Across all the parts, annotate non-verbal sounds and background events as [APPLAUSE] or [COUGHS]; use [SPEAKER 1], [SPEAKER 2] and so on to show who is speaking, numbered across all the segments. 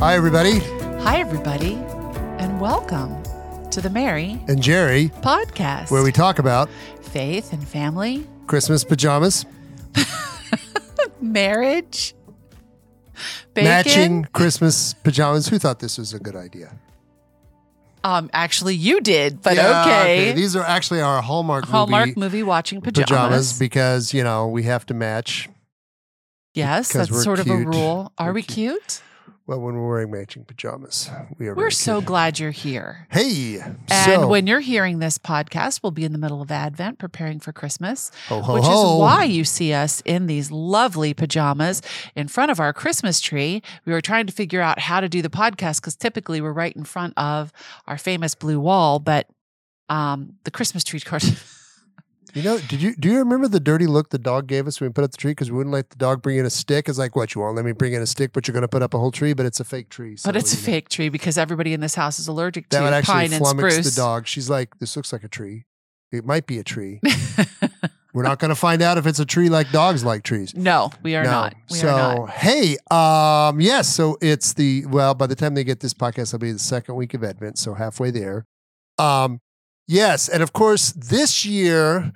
[SPEAKER 1] Hi, everybody,
[SPEAKER 2] Hi, everybody, and welcome to the Mary
[SPEAKER 1] and Jerry,
[SPEAKER 2] podcast
[SPEAKER 1] where we talk about
[SPEAKER 2] faith and family,
[SPEAKER 1] Christmas pajamas,
[SPEAKER 2] marriage, bacon.
[SPEAKER 1] matching Christmas pajamas. Who thought this was a good idea?
[SPEAKER 2] Um, actually, you did, but
[SPEAKER 1] Yeah,
[SPEAKER 2] okay.
[SPEAKER 1] These are actually our Hallmark,
[SPEAKER 2] Hallmark
[SPEAKER 1] movie
[SPEAKER 2] movie watching pajamas.
[SPEAKER 1] pajamas. because you know we have to match.
[SPEAKER 2] yes,
[SPEAKER 1] because
[SPEAKER 2] that's
[SPEAKER 1] we're
[SPEAKER 2] sort of a
[SPEAKER 1] cute.
[SPEAKER 2] rule. Are
[SPEAKER 1] We're
[SPEAKER 2] we
[SPEAKER 1] cute.
[SPEAKER 2] cute?
[SPEAKER 1] Well, when we're wearing matching pajamas, we are.
[SPEAKER 2] We're
[SPEAKER 1] very
[SPEAKER 2] so
[SPEAKER 1] cute.
[SPEAKER 2] glad you're here.
[SPEAKER 1] Hey,
[SPEAKER 2] And
[SPEAKER 1] so
[SPEAKER 2] when you're hearing this podcast, we'll be in the middle of Advent preparing for Christmas.
[SPEAKER 1] ho, ho,
[SPEAKER 2] which
[SPEAKER 1] ho.
[SPEAKER 2] is why you see us in these lovely pajamas in front of our Christmas tree. We were trying to figure out how to do the podcast because typically we're right in front of our famous blue wall, but um, the Christmas tree, of course, [LAUGHS]
[SPEAKER 1] you know. Did you do you remember the dirty look the dog gave us when we put up the tree because we wouldn't let the dog bring in a stick? It's like, what you won't let me bring in a stick, but you're going to put up a whole tree, but it's a fake tree. So
[SPEAKER 2] but it's a
[SPEAKER 1] you know.
[SPEAKER 2] fake tree because everybody in this house is allergic
[SPEAKER 1] That would
[SPEAKER 2] to
[SPEAKER 1] actually
[SPEAKER 2] pine and
[SPEAKER 1] flummox
[SPEAKER 2] spruce.
[SPEAKER 1] the dog. She's like, "This looks like a tree. It might be a
[SPEAKER 2] [LAUGHS]
[SPEAKER 1] tree. We're not going to find out if it's a tree like dogs like trees."
[SPEAKER 2] no, we are
[SPEAKER 1] no.
[SPEAKER 2] not. We
[SPEAKER 1] so
[SPEAKER 2] are not.
[SPEAKER 1] hey, um, yes. so it's the well. By the time they get this podcast, it'll be the second week of Advent. So halfway there. Um, yes, and of course this year,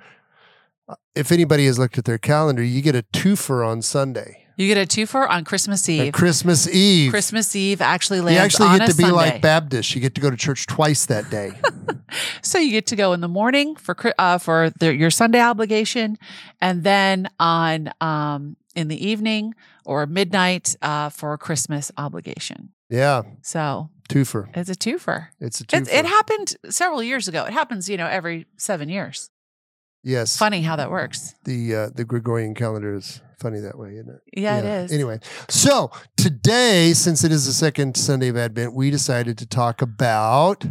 [SPEAKER 1] uh, if anybody has looked at their calendar, you get a twofer on Sunday,
[SPEAKER 2] You get a twofer on Christmas
[SPEAKER 1] on
[SPEAKER 2] Eve.
[SPEAKER 1] Christmas Eve.
[SPEAKER 2] Christmas Eve actually
[SPEAKER 1] you
[SPEAKER 2] lands
[SPEAKER 1] actually
[SPEAKER 2] on
[SPEAKER 1] get
[SPEAKER 2] a
[SPEAKER 1] to be
[SPEAKER 2] Sunday.
[SPEAKER 1] like Baptist. You get to go to church twice that
[SPEAKER 2] [LAUGHS]
[SPEAKER 1] day.
[SPEAKER 2] So you get to go in the morning for cri- uh, for the, your Sunday obligation, and then on um, in the evening or midnight uh, for a Christmas obligation.
[SPEAKER 1] yeah,
[SPEAKER 2] So
[SPEAKER 1] twofer.
[SPEAKER 2] it's a twofer.
[SPEAKER 1] It's a twofer.
[SPEAKER 2] It, it happened several years ago. It happens, you know, every seven years.
[SPEAKER 1] yes,
[SPEAKER 2] Funny how that works.
[SPEAKER 1] the uh, the Gregorian calendar is funny that way, isn't it?
[SPEAKER 2] Yeah, it is.
[SPEAKER 1] Anyway, so today, since it is the second Sunday of Advent, we decided to talk about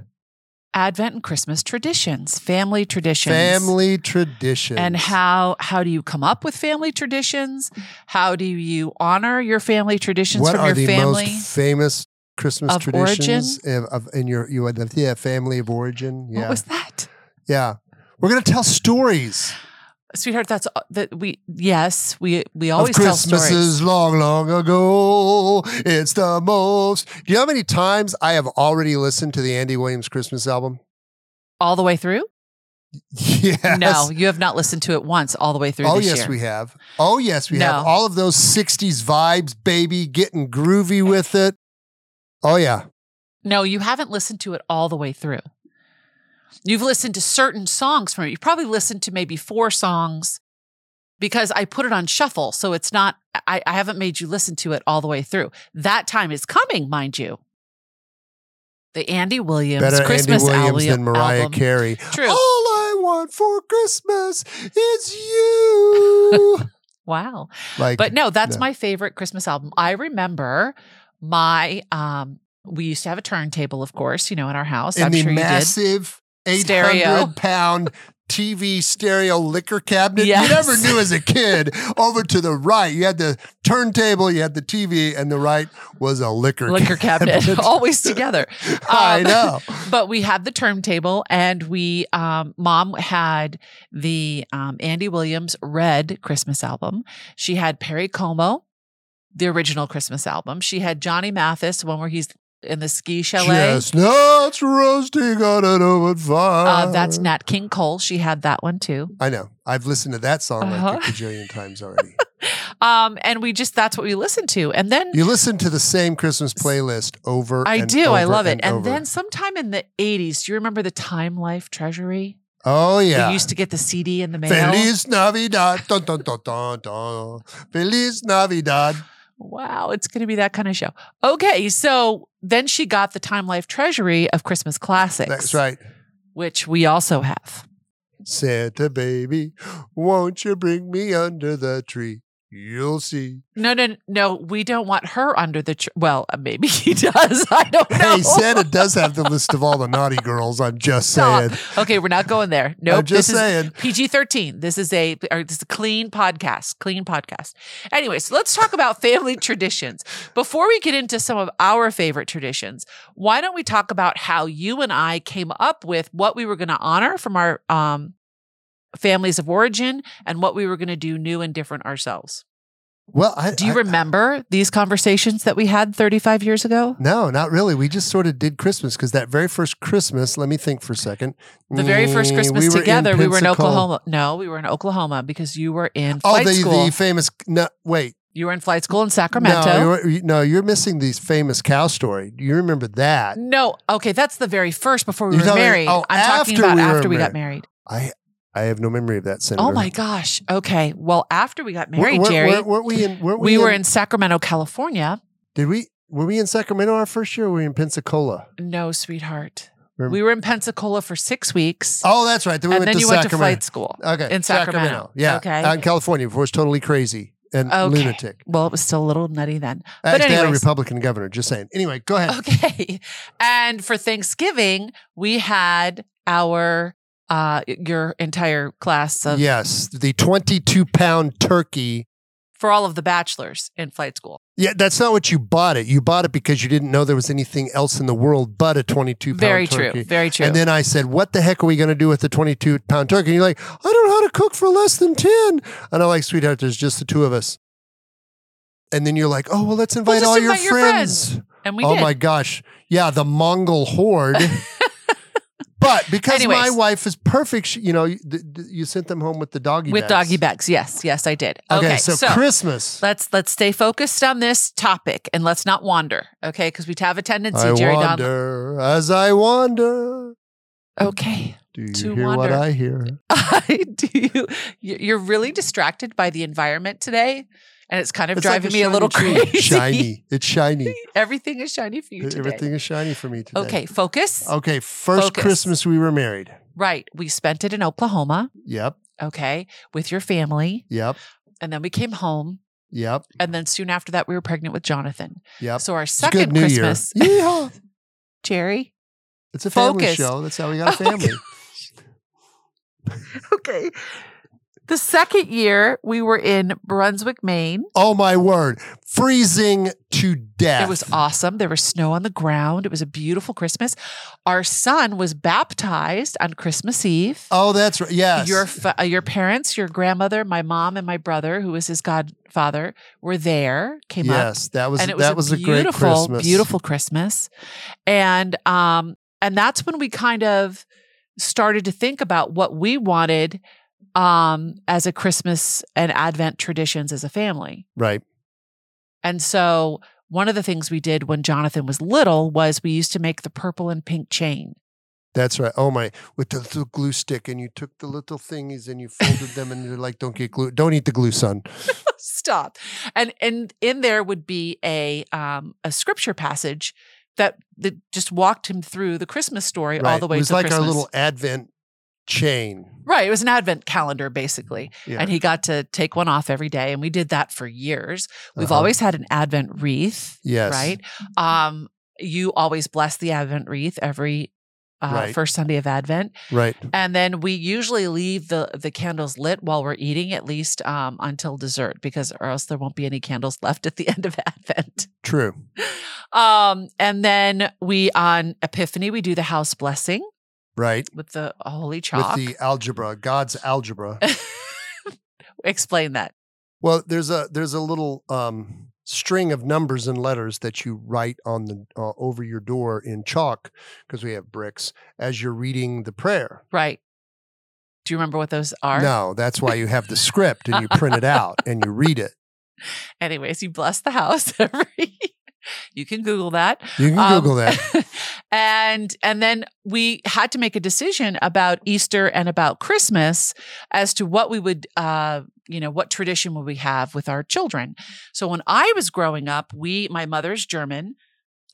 [SPEAKER 2] Advent and Christmas traditions, family traditions,
[SPEAKER 1] family traditions
[SPEAKER 2] and how how do you come up with family traditions? How do you honor your family traditions
[SPEAKER 1] what
[SPEAKER 2] from
[SPEAKER 1] are
[SPEAKER 2] your
[SPEAKER 1] the
[SPEAKER 2] family?
[SPEAKER 1] most famous Christmas
[SPEAKER 2] Of origin?
[SPEAKER 1] traditions of, of in your you had the yeah, family of origin. Yeah,
[SPEAKER 2] What was that?
[SPEAKER 1] yeah. We're gonna tell stories
[SPEAKER 2] sweetheart that's uh, that we yes we we
[SPEAKER 1] of
[SPEAKER 2] always tell stories
[SPEAKER 1] Christmases long, long ago. It's the most. Do you know how many times I have already listened to the Andy Williams Christmas album?
[SPEAKER 2] all the way through
[SPEAKER 1] [LAUGHS] Yes.
[SPEAKER 2] no you have not listened to it once all the way through
[SPEAKER 1] Oh
[SPEAKER 2] this
[SPEAKER 1] yes,
[SPEAKER 2] year
[SPEAKER 1] we have. Oh yes, we have
[SPEAKER 2] No.
[SPEAKER 1] all of those '60s vibes, baby, getting groovy with it. Oh yeah,
[SPEAKER 2] no you haven't listened to it all the way through you've listened to certain songs from it you've probably listened to maybe four songs because i put it on shuffle so it's not i, I haven't made you listen to it all the way through that time is coming mind you the andy williams
[SPEAKER 1] better
[SPEAKER 2] christmas
[SPEAKER 1] Andy Williams than
[SPEAKER 2] album,
[SPEAKER 1] Mariah
[SPEAKER 2] album.
[SPEAKER 1] Carey. Oh!
[SPEAKER 2] true
[SPEAKER 1] All I want for Christmas is
[SPEAKER 2] [LAUGHS]
[SPEAKER 1] you.
[SPEAKER 2] wow
[SPEAKER 1] like,
[SPEAKER 2] But no, that's
[SPEAKER 1] No.
[SPEAKER 2] my favorite Christmas album. I remember my um we used to have a turntable, of course, you know, in our house.
[SPEAKER 1] in
[SPEAKER 2] I'm
[SPEAKER 1] the
[SPEAKER 2] sure
[SPEAKER 1] massive eight
[SPEAKER 2] Stereo.
[SPEAKER 1] hundred pound TV stereo liquor cabinet.
[SPEAKER 2] Yes.
[SPEAKER 1] You never knew as a kid. Over to the right, you had the turntable, you had the TV, and the right was a
[SPEAKER 2] you
[SPEAKER 1] liquor
[SPEAKER 2] did.
[SPEAKER 1] [LAUGHS]
[SPEAKER 2] Liquor cabinet, [LAUGHS] Oh, always together.
[SPEAKER 1] I
[SPEAKER 2] Um,
[SPEAKER 1] know.
[SPEAKER 2] [LAUGHS] But we had the turntable, and we, um, mom had the um, Andy Williams Red Christmas album. She had Perry Como, the original Christmas album. She had Johnny Mathis, one where he's in the ski chalet.
[SPEAKER 1] Chestnuts roasting on an open fire.
[SPEAKER 2] Uh, that's Nat King Cole. She had that one too.
[SPEAKER 1] I know. I've listened to that song
[SPEAKER 2] Uh-huh.
[SPEAKER 1] like a bajillion times already.
[SPEAKER 2] Um, and we just that's what we listen to. And then
[SPEAKER 1] you listen to the same
[SPEAKER 2] [LAUGHS]
[SPEAKER 1] Christmas playlist over.
[SPEAKER 2] I
[SPEAKER 1] and
[SPEAKER 2] do, I
[SPEAKER 1] over
[SPEAKER 2] love it. And,
[SPEAKER 1] over.
[SPEAKER 2] then sometime in the eighties, do you remember the Time Life Treasury?
[SPEAKER 1] oh
[SPEAKER 2] We
[SPEAKER 1] yeah.
[SPEAKER 2] used to get the CD in the mail.
[SPEAKER 1] Feliz Navidad. Dun, dun, dun, dun, dun. Feliz Navidad.
[SPEAKER 2] Wow, it's gonna be that kind of show. Okay, so then she got the Time Life Treasury of Christmas Classics.
[SPEAKER 1] That's right.
[SPEAKER 2] Which we also have.
[SPEAKER 1] Santa baby, won't you bring me under the tree? You'll see.
[SPEAKER 2] [LAUGHS] No, no, no. We don't want her under the. Tr- well, uh, maybe [LAUGHS] he does. I don't know.
[SPEAKER 1] Hey, Santa does have the list of all the naughty girls. I'm just
[SPEAKER 2] Stop.
[SPEAKER 1] saying.
[SPEAKER 2] okay, we're not going there. No,
[SPEAKER 1] I'm just
[SPEAKER 2] this is
[SPEAKER 1] saying.
[SPEAKER 2] PG thirteen. This is a or this is a clean podcast. Clean podcast. Anyway, so let's talk about [LAUGHS] family traditions. Before we get into some of our favorite traditions, why don't we talk about how you and I came up with what we were going to honor from our um, families of origin and what we were going to do new and different ourselves?
[SPEAKER 1] Well, I
[SPEAKER 2] Do you
[SPEAKER 1] I-
[SPEAKER 2] remember these conversations that we had 35 years ago?
[SPEAKER 1] No, not really. We just sort of did Christmas because that very first Christmas. Let me think for a second.
[SPEAKER 2] The very first
[SPEAKER 1] Mm,
[SPEAKER 2] Christmas
[SPEAKER 1] were in
[SPEAKER 2] together, we were in
[SPEAKER 1] Pensacola.
[SPEAKER 2] Oklahoma. No, we were in Oklahoma because you were in
[SPEAKER 1] Oh,
[SPEAKER 2] flight
[SPEAKER 1] the,
[SPEAKER 2] school.
[SPEAKER 1] the famous. No, wait.
[SPEAKER 2] you were in flight school in Sacramento.
[SPEAKER 1] No, you're, you- no, you're missing the famous cow story. You remember that?
[SPEAKER 2] No, okay, that's the very first before we
[SPEAKER 1] You're
[SPEAKER 2] were
[SPEAKER 1] talking-
[SPEAKER 2] married.
[SPEAKER 1] oh,
[SPEAKER 2] I'm talking
[SPEAKER 1] after
[SPEAKER 2] about
[SPEAKER 1] we were
[SPEAKER 2] after we got married.
[SPEAKER 1] I I have no memory of that. Senator.
[SPEAKER 2] Oh my gosh. Okay. Well, after we got
[SPEAKER 1] Were-
[SPEAKER 2] married,
[SPEAKER 1] were-
[SPEAKER 2] Jerry,
[SPEAKER 1] were- weren't we in? Weren't
[SPEAKER 2] we
[SPEAKER 1] we
[SPEAKER 2] were in Sacramento, California.
[SPEAKER 1] Did we? Were we in Sacramento our first year? Or were we in Pensacola?
[SPEAKER 2] No, sweetheart.
[SPEAKER 1] Rem-
[SPEAKER 2] We were in Pensacola for six weeks.
[SPEAKER 1] Oh, that's right. Then we
[SPEAKER 2] and
[SPEAKER 1] went
[SPEAKER 2] then
[SPEAKER 1] to
[SPEAKER 2] you went to
[SPEAKER 1] Sacramento.
[SPEAKER 2] flight school.
[SPEAKER 1] Okay.
[SPEAKER 2] in Sacramento.
[SPEAKER 1] Yeah.
[SPEAKER 2] Okay.
[SPEAKER 1] Out in California before it's totally crazy and
[SPEAKER 2] Okay.
[SPEAKER 1] lunatic.
[SPEAKER 2] Well, it was still a little nutty then. But
[SPEAKER 1] Actually, had a
[SPEAKER 2] anyways.
[SPEAKER 1] Republican governor, just saying. Anyway, go ahead.
[SPEAKER 2] [LAUGHS] Okay. And for Thanksgiving, we had our uh your entire class of
[SPEAKER 1] Yes. The 22 pound turkey.
[SPEAKER 2] for all of the bachelors in flight school.
[SPEAKER 1] Yeah, that's not what you bought it. You bought it because you didn't know there was anything else in the world but a 22 pound
[SPEAKER 2] Very
[SPEAKER 1] turkey.
[SPEAKER 2] true. Very true.
[SPEAKER 1] And then I said, What the heck are we going to do with the 22 pound turkey? And you're like, I don't know how to cook for less than 10. And I'm like, Sweetheart, there's just the two of us. And then you're like, Oh, well, let's invite
[SPEAKER 2] just
[SPEAKER 1] all
[SPEAKER 2] invite your
[SPEAKER 1] your
[SPEAKER 2] friends."
[SPEAKER 1] friends.
[SPEAKER 2] and we
[SPEAKER 1] oh
[SPEAKER 2] did.
[SPEAKER 1] my gosh. Yeah, the Mongol
[SPEAKER 2] [LAUGHS]
[SPEAKER 1] horde. but because my
[SPEAKER 2] Anyways.
[SPEAKER 1] wife is perfect, she, you know, you, th- th- you sent them home with the doggy
[SPEAKER 2] with
[SPEAKER 1] bags.
[SPEAKER 2] doggy bags. Yes, yes, I did.
[SPEAKER 1] Okay,
[SPEAKER 2] Okay,
[SPEAKER 1] so, Christmas.
[SPEAKER 2] let's let's stay focused on this topic and let's not wander. Okay, because we have a tendency,
[SPEAKER 1] I
[SPEAKER 2] Jerry Don.
[SPEAKER 1] wander as I wander.
[SPEAKER 2] Okay, [LAUGHS]
[SPEAKER 1] Do you
[SPEAKER 2] To
[SPEAKER 1] hear what
[SPEAKER 2] wander.
[SPEAKER 1] I hear?
[SPEAKER 2] I do. you- You're really distracted by the environment today, and it's kind of
[SPEAKER 1] It's like
[SPEAKER 2] driving me a
[SPEAKER 1] shiny
[SPEAKER 2] little
[SPEAKER 1] tree.
[SPEAKER 2] crazy.
[SPEAKER 1] Shiny. It's shiny.
[SPEAKER 2] [LAUGHS]
[SPEAKER 1] E,
[SPEAKER 2] Everything is shiny for you today.
[SPEAKER 1] Everything is shiny Oh. for me today.
[SPEAKER 2] Okay, focus.
[SPEAKER 1] Okay, first
[SPEAKER 2] Focus.
[SPEAKER 1] Christmas we were married.
[SPEAKER 2] Right, we spent it in Oklahoma.
[SPEAKER 1] Yep,
[SPEAKER 2] Okay, with your family,
[SPEAKER 1] yep,
[SPEAKER 2] and then we came home,
[SPEAKER 1] yep,
[SPEAKER 2] and then soon after that, we were pregnant with Jonathan.
[SPEAKER 1] yep.
[SPEAKER 2] So our
[SPEAKER 1] It's a good
[SPEAKER 2] second
[SPEAKER 1] New
[SPEAKER 2] Christmas,
[SPEAKER 1] Year. Yeehaw.
[SPEAKER 2] Jerry.
[SPEAKER 1] It's a family
[SPEAKER 2] Focus.
[SPEAKER 1] show. That's how we
[SPEAKER 2] [LAUGHS]
[SPEAKER 1] got a
[SPEAKER 2] Oh my
[SPEAKER 1] family.
[SPEAKER 2] [LAUGHS] okay. The second year we were in Brunswick, Maine.
[SPEAKER 1] Oh my word. Freezing to death.
[SPEAKER 2] It was awesome. There was snow on the ground. It was a beautiful Christmas. Our son was baptized on Christmas Eve.
[SPEAKER 1] Oh, that's right. Yes.
[SPEAKER 2] Your fa- uh, your parents, your grandmother, my mom, and my brother, who was his godfather, were there. Came up,
[SPEAKER 1] yes, that was
[SPEAKER 2] and it was
[SPEAKER 1] that
[SPEAKER 2] a
[SPEAKER 1] was a great
[SPEAKER 2] beautiful,
[SPEAKER 1] Christmas.
[SPEAKER 2] beautiful Christmas. And um, and that's when we kind of started to think about what we wanted um as a Christmas and Advent traditions as a family.
[SPEAKER 1] Right.
[SPEAKER 2] And so one of the things we did when Jonathan was little was we used to make the purple and pink chain. [LAUGHS]
[SPEAKER 1] That's right. Oh my with the little glue stick and you took the little thingies and you folded them and you're like, don't get glue don't eat the glue, son.
[SPEAKER 2] Stop. And and in there would be a um a scripture passage that that just walked him through the Christmas story all
[SPEAKER 1] Right.
[SPEAKER 2] the way
[SPEAKER 1] it was
[SPEAKER 2] to
[SPEAKER 1] like
[SPEAKER 2] Christmas.
[SPEAKER 1] our little advent chain.
[SPEAKER 2] Right, it was an advent calendar basically.
[SPEAKER 1] Yeah.
[SPEAKER 2] And he got to take one off every day and we did that for years. We've
[SPEAKER 1] Uh-huh.
[SPEAKER 2] always had an advent wreath
[SPEAKER 1] Yes.
[SPEAKER 2] right? Um, you always bless the Advent wreath every uh,
[SPEAKER 1] Right.
[SPEAKER 2] first Sunday of Advent,
[SPEAKER 1] Right.
[SPEAKER 2] and then we usually leave the the candles lit while we're eating, at least um, until dessert, because or else there won't be any candles [LAUGHS] left at the end of Advent.
[SPEAKER 1] True.
[SPEAKER 2] Um, and then we on Epiphany we do the house blessing
[SPEAKER 1] Right.
[SPEAKER 2] with the holy chalk.
[SPEAKER 1] With the algebra, God's algebra.
[SPEAKER 2] [LAUGHS] Explain that.
[SPEAKER 1] Well, there's a there's a little um, string of numbers and letters that you write on the uh, over your door in chalk because we have bricks as you're reading the prayer.
[SPEAKER 2] Right. Do you remember what those are?
[SPEAKER 1] No, that's why you
[SPEAKER 2] [LAUGHS]
[SPEAKER 1] have the script and you print it out and you read it.
[SPEAKER 2] Anyways, you bless the house [LAUGHS] every. you can Google that.
[SPEAKER 1] You can
[SPEAKER 2] Um,
[SPEAKER 1] Google
[SPEAKER 2] [LAUGHS]
[SPEAKER 1] that.
[SPEAKER 2] and and then we had to make a decision about Easter and about Christmas as to what we would uh you know what tradition would we have with our children. So when I was growing up, we my mother's German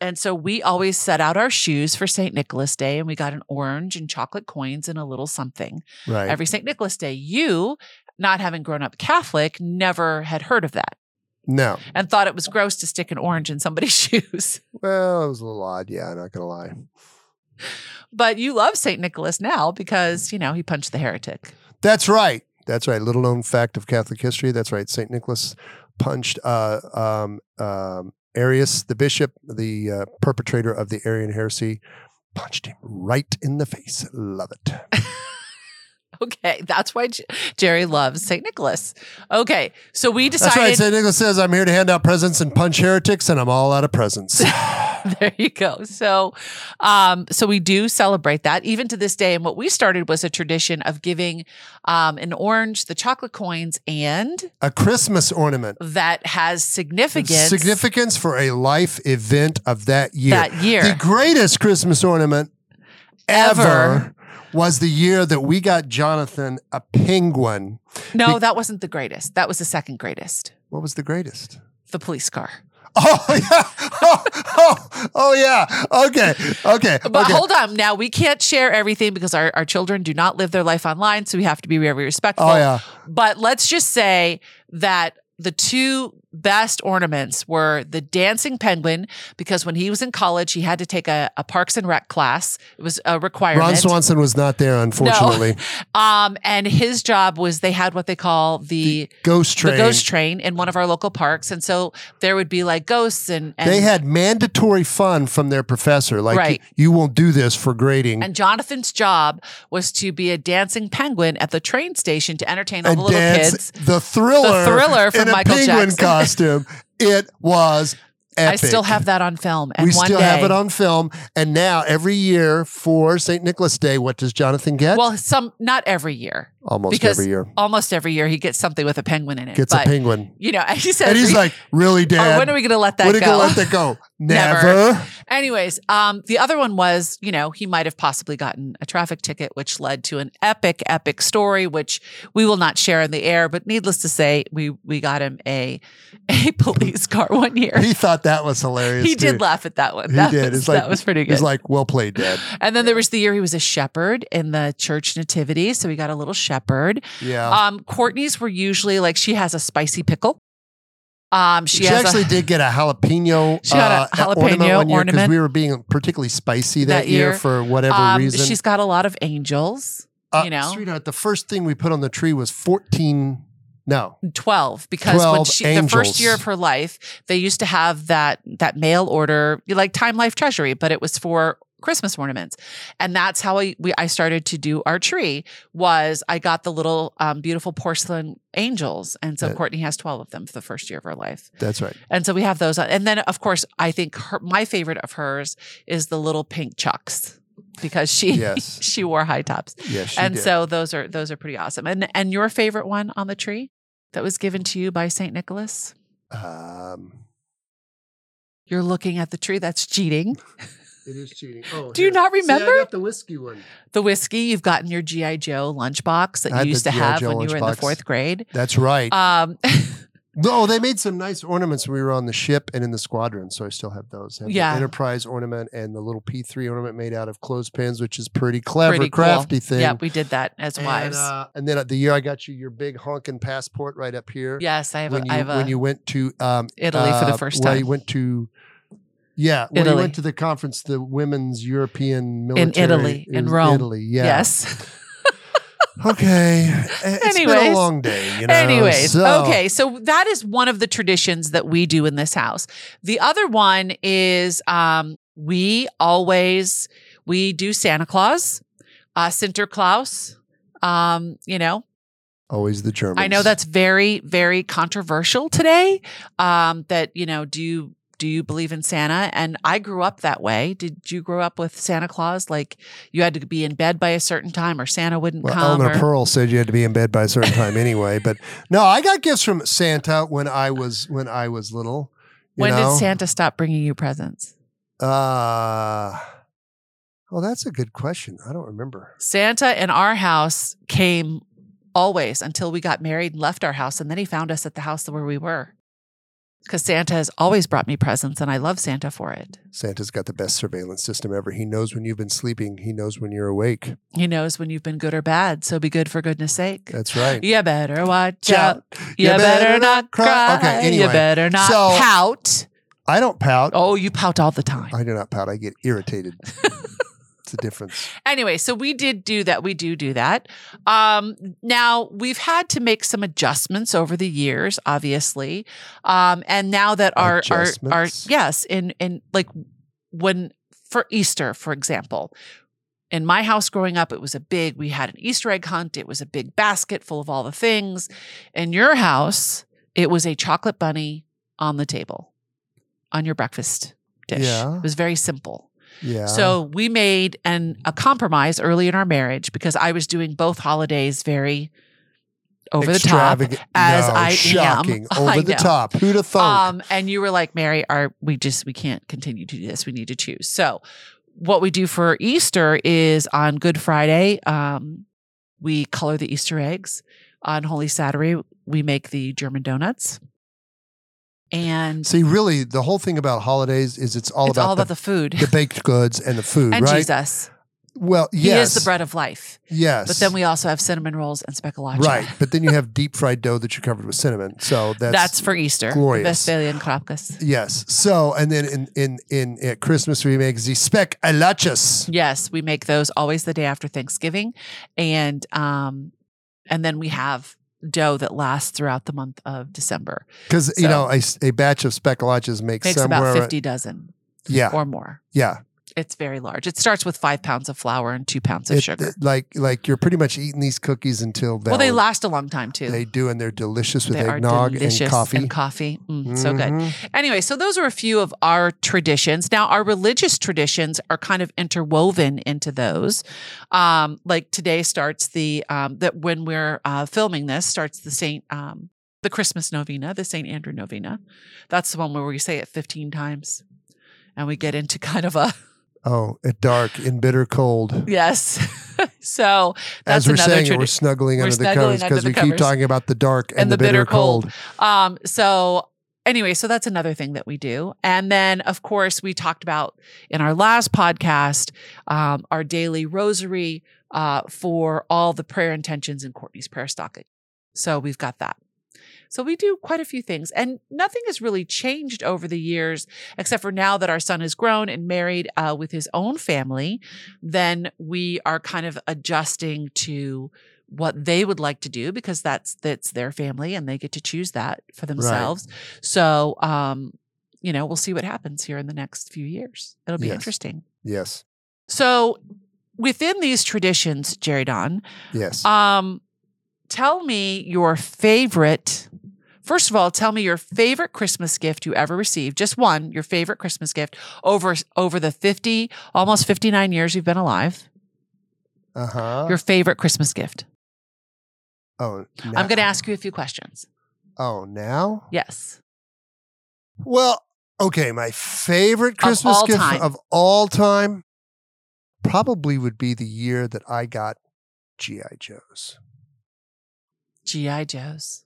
[SPEAKER 2] and so we always set out our shoes for St. Nicholas Day and we got an orange and chocolate coins and a little something
[SPEAKER 1] Right.
[SPEAKER 2] every St. Nicholas Day. You, not having grown up Catholic, never had heard of that
[SPEAKER 1] no.
[SPEAKER 2] and thought it was gross to stick an orange in somebody's [LAUGHS] shoes.
[SPEAKER 1] Well, it was a little odd. Yeah, I'm not gonna lie.
[SPEAKER 2] But you love St. Nicholas now because, you know, he punched the heretic.
[SPEAKER 1] That's right. That's right. Little known fact of Catholic history. That's right. Saint Nicholas punched uh, um, um, Arius, the bishop, the uh, perpetrator of the Arian heresy, punched him right in the face. Love it.
[SPEAKER 2] Okay, that's why J- Jerry loves St. Nicholas. Okay, so we
[SPEAKER 1] That's
[SPEAKER 2] decided.
[SPEAKER 1] right. St. Nicholas says, I'm here to hand out presents and punch heretics, and I'm all out of
[SPEAKER 2] [LAUGHS]
[SPEAKER 1] presents.
[SPEAKER 2] [LAUGHS] there you go. So, um, so we do celebrate that even to this day. And what we started was a tradition of giving um, an orange, the chocolate coins, and
[SPEAKER 1] a Christmas ornament.
[SPEAKER 2] that has significance
[SPEAKER 1] Significance for a life event of that year.
[SPEAKER 2] that year.
[SPEAKER 1] The greatest Christmas ornament ever,
[SPEAKER 2] Ever.
[SPEAKER 1] was the year that we got Jonathan a penguin.
[SPEAKER 2] no, that wasn't the greatest. That was the second greatest.
[SPEAKER 1] What was the greatest?
[SPEAKER 2] The police car.
[SPEAKER 1] [LAUGHS] Oh yeah. Oh, oh, oh yeah. Okay. Okay.
[SPEAKER 2] But
[SPEAKER 1] Oh, okay.
[SPEAKER 2] hold on. Now we can't share everything because our, our children do not live their life online. So we have to be very respectful.
[SPEAKER 1] oh yeah.
[SPEAKER 2] But let's just say that the two best ornaments were the dancing penguin, because when he was in college, he had to take a, a Parks and Rec class. It was a
[SPEAKER 1] Ron
[SPEAKER 2] requirement.
[SPEAKER 1] Swanson was not there, unfortunately.
[SPEAKER 2] um, and his job was they had what they call the,
[SPEAKER 1] Ghost
[SPEAKER 2] the
[SPEAKER 1] train.
[SPEAKER 2] ghost train in one of our local parks. And so there would be like ghosts and, and
[SPEAKER 1] they had mandatory fun from their professor. Like
[SPEAKER 2] Right.
[SPEAKER 1] you, you won't do this for grading.
[SPEAKER 2] And Jonathan's job was to be a dancing penguin at the train station to entertain all
[SPEAKER 1] and
[SPEAKER 2] the little
[SPEAKER 1] dance
[SPEAKER 2] kids.
[SPEAKER 1] the thriller,
[SPEAKER 2] The Thriller from
[SPEAKER 1] in a
[SPEAKER 2] Michael
[SPEAKER 1] penguin
[SPEAKER 2] Jackson. [LAUGHS]
[SPEAKER 1] costume. It was epic.
[SPEAKER 2] I still have that on film. And
[SPEAKER 1] we
[SPEAKER 2] one
[SPEAKER 1] still
[SPEAKER 2] day,
[SPEAKER 1] have it on film, and now every year for St. Nicholas Day, what does Jonathan get?
[SPEAKER 2] [LAUGHS] Well, some not every year.
[SPEAKER 1] Almost
[SPEAKER 2] because
[SPEAKER 1] every year,
[SPEAKER 2] Almost every year he gets something with a penguin in it.
[SPEAKER 1] gets
[SPEAKER 2] but,
[SPEAKER 1] a penguin,
[SPEAKER 2] You know, [LAUGHS] and he
[SPEAKER 1] [LAUGHS]
[SPEAKER 2] says,
[SPEAKER 1] and he's like, "Really,
[SPEAKER 2] "Oh,
[SPEAKER 1] Dad?
[SPEAKER 2] when are we going to let that
[SPEAKER 1] when are you gonna
[SPEAKER 2] go?
[SPEAKER 1] let that go?
[SPEAKER 2] Never.
[SPEAKER 1] Never.
[SPEAKER 2] [LAUGHS] Anyways, um, the other one was, you know, he might have possibly gotten a traffic ticket, which led to an epic, epic story, which we will not share in the air. But needless to say, we we got him a [LAUGHS] a police car one year.
[SPEAKER 1] He thought that was hilarious.
[SPEAKER 2] He
[SPEAKER 1] too.
[SPEAKER 2] did laugh at that one.
[SPEAKER 1] He
[SPEAKER 2] that
[SPEAKER 1] did.
[SPEAKER 2] Was,
[SPEAKER 1] It's like-
[SPEAKER 2] that was pretty good.
[SPEAKER 1] He's like, "Well played,
[SPEAKER 2] [LAUGHS]
[SPEAKER 1] Dad."
[SPEAKER 2] and then there was the year he was a shepherd in the church nativity, so he got a little shepherd.
[SPEAKER 1] Yeah.
[SPEAKER 2] Um, Courtney's were usually like she has a spicy pickle. Um, she,
[SPEAKER 1] She,
[SPEAKER 2] has
[SPEAKER 1] actually
[SPEAKER 2] a,
[SPEAKER 1] did get a jalapeno, uh, e,
[SPEAKER 2] She got a jalapeno
[SPEAKER 1] because
[SPEAKER 2] ornament.
[SPEAKER 1] we were being particularly spicy that,
[SPEAKER 2] That
[SPEAKER 1] year,
[SPEAKER 2] year.
[SPEAKER 1] for whatever
[SPEAKER 2] um,
[SPEAKER 1] reason.
[SPEAKER 2] she's got a lot of angels.
[SPEAKER 1] Uh,
[SPEAKER 2] you know?
[SPEAKER 1] sweetheart, the first thing we put on the tree was fourteen. No,
[SPEAKER 2] 12 because when
[SPEAKER 1] 12
[SPEAKER 2] she, the first
[SPEAKER 1] angels.
[SPEAKER 2] year of her life they used to have that that mail order like time life treasury but it was for christmas ornaments and that's how i we, i started to do our tree was i got the little um, beautiful porcelain angels and so
[SPEAKER 1] That-
[SPEAKER 2] courtney has 12 of them for the first year of her life
[SPEAKER 1] that's
[SPEAKER 2] [LAUGHS]
[SPEAKER 1] right.
[SPEAKER 2] and so we have those and then of course i think her, my favorite of hers is the little pink chucks because she
[SPEAKER 1] Yes.
[SPEAKER 2] [LAUGHS] she wore high tops
[SPEAKER 1] Yes, she
[SPEAKER 2] and
[SPEAKER 1] did.
[SPEAKER 2] so those are those are pretty awesome. And and your favorite one on the tree that was given to you by Saint Nicholas?
[SPEAKER 1] um,
[SPEAKER 2] You're looking at the tree. That's cheating.
[SPEAKER 1] it is cheating. Oh,
[SPEAKER 2] Do you not remember
[SPEAKER 1] got the whiskey one.
[SPEAKER 2] the whiskey you've got in your GI Joe lunchbox that
[SPEAKER 1] I had
[SPEAKER 2] you
[SPEAKER 1] the
[SPEAKER 2] used to
[SPEAKER 1] G.I.
[SPEAKER 2] have
[SPEAKER 1] Joe
[SPEAKER 2] when you were in the
[SPEAKER 1] lunchbox.
[SPEAKER 2] fourth grade?
[SPEAKER 1] That's right.
[SPEAKER 2] Um, [LAUGHS]
[SPEAKER 1] No, they made some nice ornaments when we were on the ship and in the squadron, so I still have those. I have the
[SPEAKER 2] Yeah.
[SPEAKER 1] Enterprise ornament and the little P three ornament made out of clothespins, which is pretty clever,
[SPEAKER 2] Pretty cool.
[SPEAKER 1] crafty thing.
[SPEAKER 2] yeah, we did that as
[SPEAKER 1] And,
[SPEAKER 2] wives.
[SPEAKER 1] uh, and then the year I got you your big honkin' passport right up here.
[SPEAKER 2] yes, I have.
[SPEAKER 1] when
[SPEAKER 2] A,
[SPEAKER 1] you
[SPEAKER 2] I have a
[SPEAKER 1] when you went to um,
[SPEAKER 2] Italy for
[SPEAKER 1] uh,
[SPEAKER 2] the first
[SPEAKER 1] Well,
[SPEAKER 2] time
[SPEAKER 1] you went to yeah. When you
[SPEAKER 2] Italy.
[SPEAKER 1] went to the conference, the women's European military
[SPEAKER 2] Italy,
[SPEAKER 1] it
[SPEAKER 2] in
[SPEAKER 1] was
[SPEAKER 2] Rome.
[SPEAKER 1] Italy, yeah.
[SPEAKER 2] Yes. [LAUGHS]
[SPEAKER 1] Okay. Eh, It's been a
[SPEAKER 2] Anyways.
[SPEAKER 1] long day. You know.
[SPEAKER 2] Anyways,
[SPEAKER 1] so-
[SPEAKER 2] okay, so that is one of the traditions that we do in this house. The other one is um, we always we do Santa Claus, uh, Sinterklaas. Um, you know,
[SPEAKER 1] Always the Germans.
[SPEAKER 2] I know that's very very controversial today. Um, that you know, do you do you believe in Santa? And I grew up that way. Did you grow up with Santa Claus? Like you had to be in bed by a certain time, or Santa wouldn't
[SPEAKER 1] Well,
[SPEAKER 2] come.
[SPEAKER 1] Eleanor
[SPEAKER 2] or-
[SPEAKER 1] Pearl said you had to be in bed by a certain time
[SPEAKER 2] [LAUGHS]
[SPEAKER 1] anyway, but no, I got gifts from Santa when I was when I was little. you
[SPEAKER 2] when
[SPEAKER 1] know?
[SPEAKER 2] did Santa stop bringing you presents?
[SPEAKER 1] Uh, well, that's a good question. I don't remember.
[SPEAKER 2] Santa in our house came always until we got married and left our house. And then he found us at the house where we were. Because Santa has always brought me presents and I love Santa for it.
[SPEAKER 1] Santa's got the best surveillance system ever. He knows when you've been sleeping. He knows when you're awake.
[SPEAKER 2] He knows when you've been good or bad. So be good for goodness sake.
[SPEAKER 1] That's right.
[SPEAKER 2] You better watch
[SPEAKER 1] Shout.
[SPEAKER 2] out. You, better, not cry.
[SPEAKER 1] Okay,
[SPEAKER 2] You
[SPEAKER 1] anyway.
[SPEAKER 2] better not
[SPEAKER 1] So-
[SPEAKER 2] pout.
[SPEAKER 1] I don't pout.
[SPEAKER 2] Oh, you pout all the time.
[SPEAKER 1] I do not pout. I get
[SPEAKER 2] [LAUGHS]
[SPEAKER 1] irritated. it's a difference.
[SPEAKER 2] anyway, so we did do that. We do do that. Um, now we've had to make some adjustments over the years, obviously. Um, and now that our, our, our,
[SPEAKER 1] Adjustments?
[SPEAKER 2] yes, in, in like when for Easter, for example, in my house growing up, it was a big, we had an Easter egg hunt. It was a big basket full of all the things. In your house, it was a chocolate bunny on the table on your breakfast dish.
[SPEAKER 1] Yeah.
[SPEAKER 2] It was very simple.
[SPEAKER 1] Yeah.
[SPEAKER 2] So we made an a compromise early in our marriage because I was doing both holidays very over the top.
[SPEAKER 1] Extravagant-
[SPEAKER 2] as
[SPEAKER 1] no,
[SPEAKER 2] I am.
[SPEAKER 1] shocking.
[SPEAKER 2] [LAUGHS] I
[SPEAKER 1] Over the
[SPEAKER 2] know.
[SPEAKER 1] top. Who'd have thunk?
[SPEAKER 2] Um, and you were like, Mary, our we just we can't continue to do this. We need to choose. So what we do for Easter is on Good Friday, um, we color the Easter eggs. On Holy Saturday, we make the German donuts. And
[SPEAKER 1] See, really, the whole thing about holidays is it's all
[SPEAKER 2] it's
[SPEAKER 1] about,
[SPEAKER 2] all about
[SPEAKER 1] the,
[SPEAKER 2] the, food
[SPEAKER 1] the baked goods and the food,
[SPEAKER 2] and
[SPEAKER 1] right?
[SPEAKER 2] Jesus.
[SPEAKER 1] Well, yes.
[SPEAKER 2] He is the bread of life.
[SPEAKER 1] Yes.
[SPEAKER 2] But then we also have cinnamon rolls and speckalacha.
[SPEAKER 1] Right. But then you have deep fried dough that you're covered with cinnamon. So that's.
[SPEAKER 2] That's, for Easter.
[SPEAKER 1] glorious.
[SPEAKER 2] Westphalian Kropkes.
[SPEAKER 1] Yes. So, and then in in in at Christmas we make the speck alachas.
[SPEAKER 2] Yes, we make those always the day after Thanksgiving, and um, and then we have dough that lasts throughout the month of December.
[SPEAKER 1] Because you
[SPEAKER 2] So-
[SPEAKER 1] know a, a batch of speck alachas makes,
[SPEAKER 2] Makes
[SPEAKER 1] somewhere uh,
[SPEAKER 2] about fifty dozen
[SPEAKER 1] Yeah,
[SPEAKER 2] or more.
[SPEAKER 1] yeah.
[SPEAKER 2] It's very large. It starts with five pounds of flour and two pounds of
[SPEAKER 1] It-
[SPEAKER 2] sugar.
[SPEAKER 1] it- like like you're pretty much eating these cookies until
[SPEAKER 2] well, they
[SPEAKER 1] they'll-
[SPEAKER 2] last a long time too.
[SPEAKER 1] They do, and they're delicious with
[SPEAKER 2] They are
[SPEAKER 1] eggnog
[SPEAKER 2] delicious
[SPEAKER 1] and coffee.
[SPEAKER 2] Mm, So good.
[SPEAKER 1] Mhm.
[SPEAKER 2] Anyway, so those are a few of our traditions. Now, our religious traditions are kind of interwoven into those. Um, like today starts the um, that when we're uh, filming this starts the Saint um, the Christmas novena, the Saint Andrew novena. That's the one where we say it fifteen times, and we get into kind of a [LAUGHS]
[SPEAKER 1] Oh, at dark in bitter cold.
[SPEAKER 2] yes. [LAUGHS] so
[SPEAKER 1] As
[SPEAKER 2] that's
[SPEAKER 1] we're saying,
[SPEAKER 2] another
[SPEAKER 1] it,
[SPEAKER 2] tradition.
[SPEAKER 1] we're snuggling
[SPEAKER 2] We're
[SPEAKER 1] under
[SPEAKER 2] snuggling
[SPEAKER 1] the covers
[SPEAKER 2] under
[SPEAKER 1] because
[SPEAKER 2] the
[SPEAKER 1] we keep
[SPEAKER 2] covers.
[SPEAKER 1] talking about the dark and,
[SPEAKER 2] And the bitter
[SPEAKER 1] cold.
[SPEAKER 2] Um, so anyway, so that's another thing that we do. And then of course we talked about in our last podcast, um, our daily rosary uh, for all the prayer intentions in Courtney's prayer stocking. So we've got that. So we do quite a few things and nothing has really changed over the years, except for now that our son is grown and married uh, with his own family, then we are kind of adjusting to what they would like to do because that's that's their family and they get to choose that for themselves. So um you know, we'll see what happens here in the next few years. It'll be
[SPEAKER 1] Yes.
[SPEAKER 2] interesting.
[SPEAKER 1] Yes,
[SPEAKER 2] So within these traditions, Jerry Don,
[SPEAKER 1] yes.
[SPEAKER 2] um tell me your favorite First of all, tell me your favorite Christmas gift you ever received. Just one, your favorite Christmas gift over over the 50 almost 59 years you've been alive.
[SPEAKER 1] Uh huh.
[SPEAKER 2] Your favorite Christmas gift.
[SPEAKER 1] Oh, now,
[SPEAKER 2] I'm going to ask you a few questions.
[SPEAKER 1] Oh, now.
[SPEAKER 2] Yes.
[SPEAKER 1] Well, okay, my favorite Christmas
[SPEAKER 2] all
[SPEAKER 1] gift
[SPEAKER 2] time.
[SPEAKER 1] of all time probably would be the year that I got GI Joes.
[SPEAKER 2] GI Joes.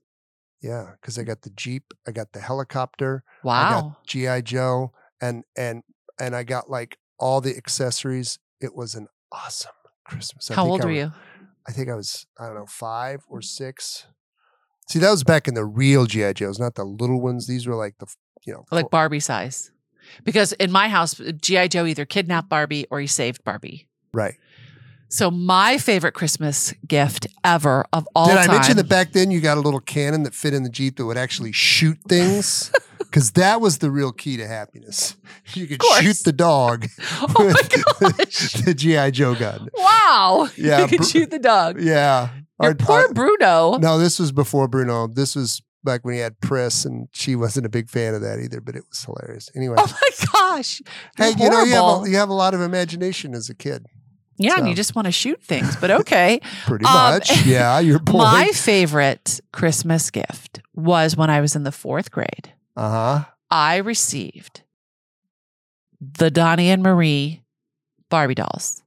[SPEAKER 1] Yeah, because I got the Jeep, I got the helicopter, I
[SPEAKER 2] Wow.
[SPEAKER 1] got GI Joe, and and and I got like all the accessories. It was an awesome Christmas. I
[SPEAKER 2] How
[SPEAKER 1] think
[SPEAKER 2] old
[SPEAKER 1] I
[SPEAKER 2] were
[SPEAKER 1] was-
[SPEAKER 2] you?
[SPEAKER 1] I think I was I don't know five or six. See, that was back in the real GI Joes, not the little ones. These were like the f- you know
[SPEAKER 2] Like Barbie size. Because in my house, G.I. Joe either kidnapped Barbie or he saved Barbie.
[SPEAKER 1] right.
[SPEAKER 2] So my favorite Christmas gift ever of all
[SPEAKER 1] Did
[SPEAKER 2] time.
[SPEAKER 1] I
[SPEAKER 2] [LAUGHS]
[SPEAKER 1] mention that back then you got a little cannon that fit in the Jeep that would actually shoot things?
[SPEAKER 2] [LAUGHS]
[SPEAKER 1] Because that was the real key to happiness. [LAUGHS] You could
[SPEAKER 2] course.
[SPEAKER 1] shoot the dog
[SPEAKER 2] [LAUGHS] Oh my gosh.
[SPEAKER 1] with [LAUGHS] the G.I. Joe gun.
[SPEAKER 2] Wow.
[SPEAKER 1] Yeah,
[SPEAKER 2] You could
[SPEAKER 1] Bru-
[SPEAKER 2] shoot the dog.
[SPEAKER 1] Yeah.
[SPEAKER 2] Your
[SPEAKER 1] Our-
[SPEAKER 2] poor
[SPEAKER 1] our-
[SPEAKER 2] Bruno.
[SPEAKER 1] [LAUGHS] no, this was before Bruno. This was back when he had Press, and she wasn't a big fan of that either, but it was hilarious. Anyway,
[SPEAKER 2] Oh my gosh. You're
[SPEAKER 1] hey, you know, you have,
[SPEAKER 2] horrible.
[SPEAKER 1] a, you have a lot of imagination as a kid,
[SPEAKER 2] yeah, and you
[SPEAKER 1] so.
[SPEAKER 2] just want to shoot things, but
[SPEAKER 1] [LAUGHS]
[SPEAKER 2] okay.
[SPEAKER 1] pretty
[SPEAKER 2] Um, [LAUGHS]
[SPEAKER 1] much. Yeah, your point.
[SPEAKER 2] my favorite Christmas gift was when I was in the fourth grade.
[SPEAKER 1] uh huh.
[SPEAKER 2] I received the Donnie and Marie Barbie dolls.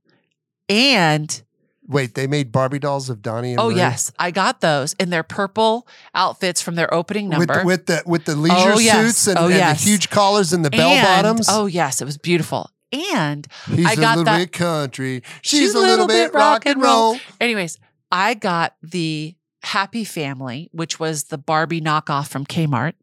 [SPEAKER 2] And
[SPEAKER 1] Wait, they made Barbie dolls of Donnie and
[SPEAKER 2] oh
[SPEAKER 1] Marie?
[SPEAKER 2] yes, I got those in their purple outfits from their opening number.
[SPEAKER 1] With, with the with the leisure
[SPEAKER 2] Oh, yes.
[SPEAKER 1] suits and,
[SPEAKER 2] Oh,
[SPEAKER 1] and
[SPEAKER 2] yes.
[SPEAKER 1] the huge collars and the bell
[SPEAKER 2] And-
[SPEAKER 1] bottoms.
[SPEAKER 2] Oh yes, it was beautiful. And
[SPEAKER 1] He's
[SPEAKER 2] I
[SPEAKER 1] a
[SPEAKER 2] got
[SPEAKER 1] little
[SPEAKER 2] that-
[SPEAKER 1] bit country. She's, a little, bit rock and roll.
[SPEAKER 2] anyways, I got the Happy Family, which was the Barbie knockoff from Kmart.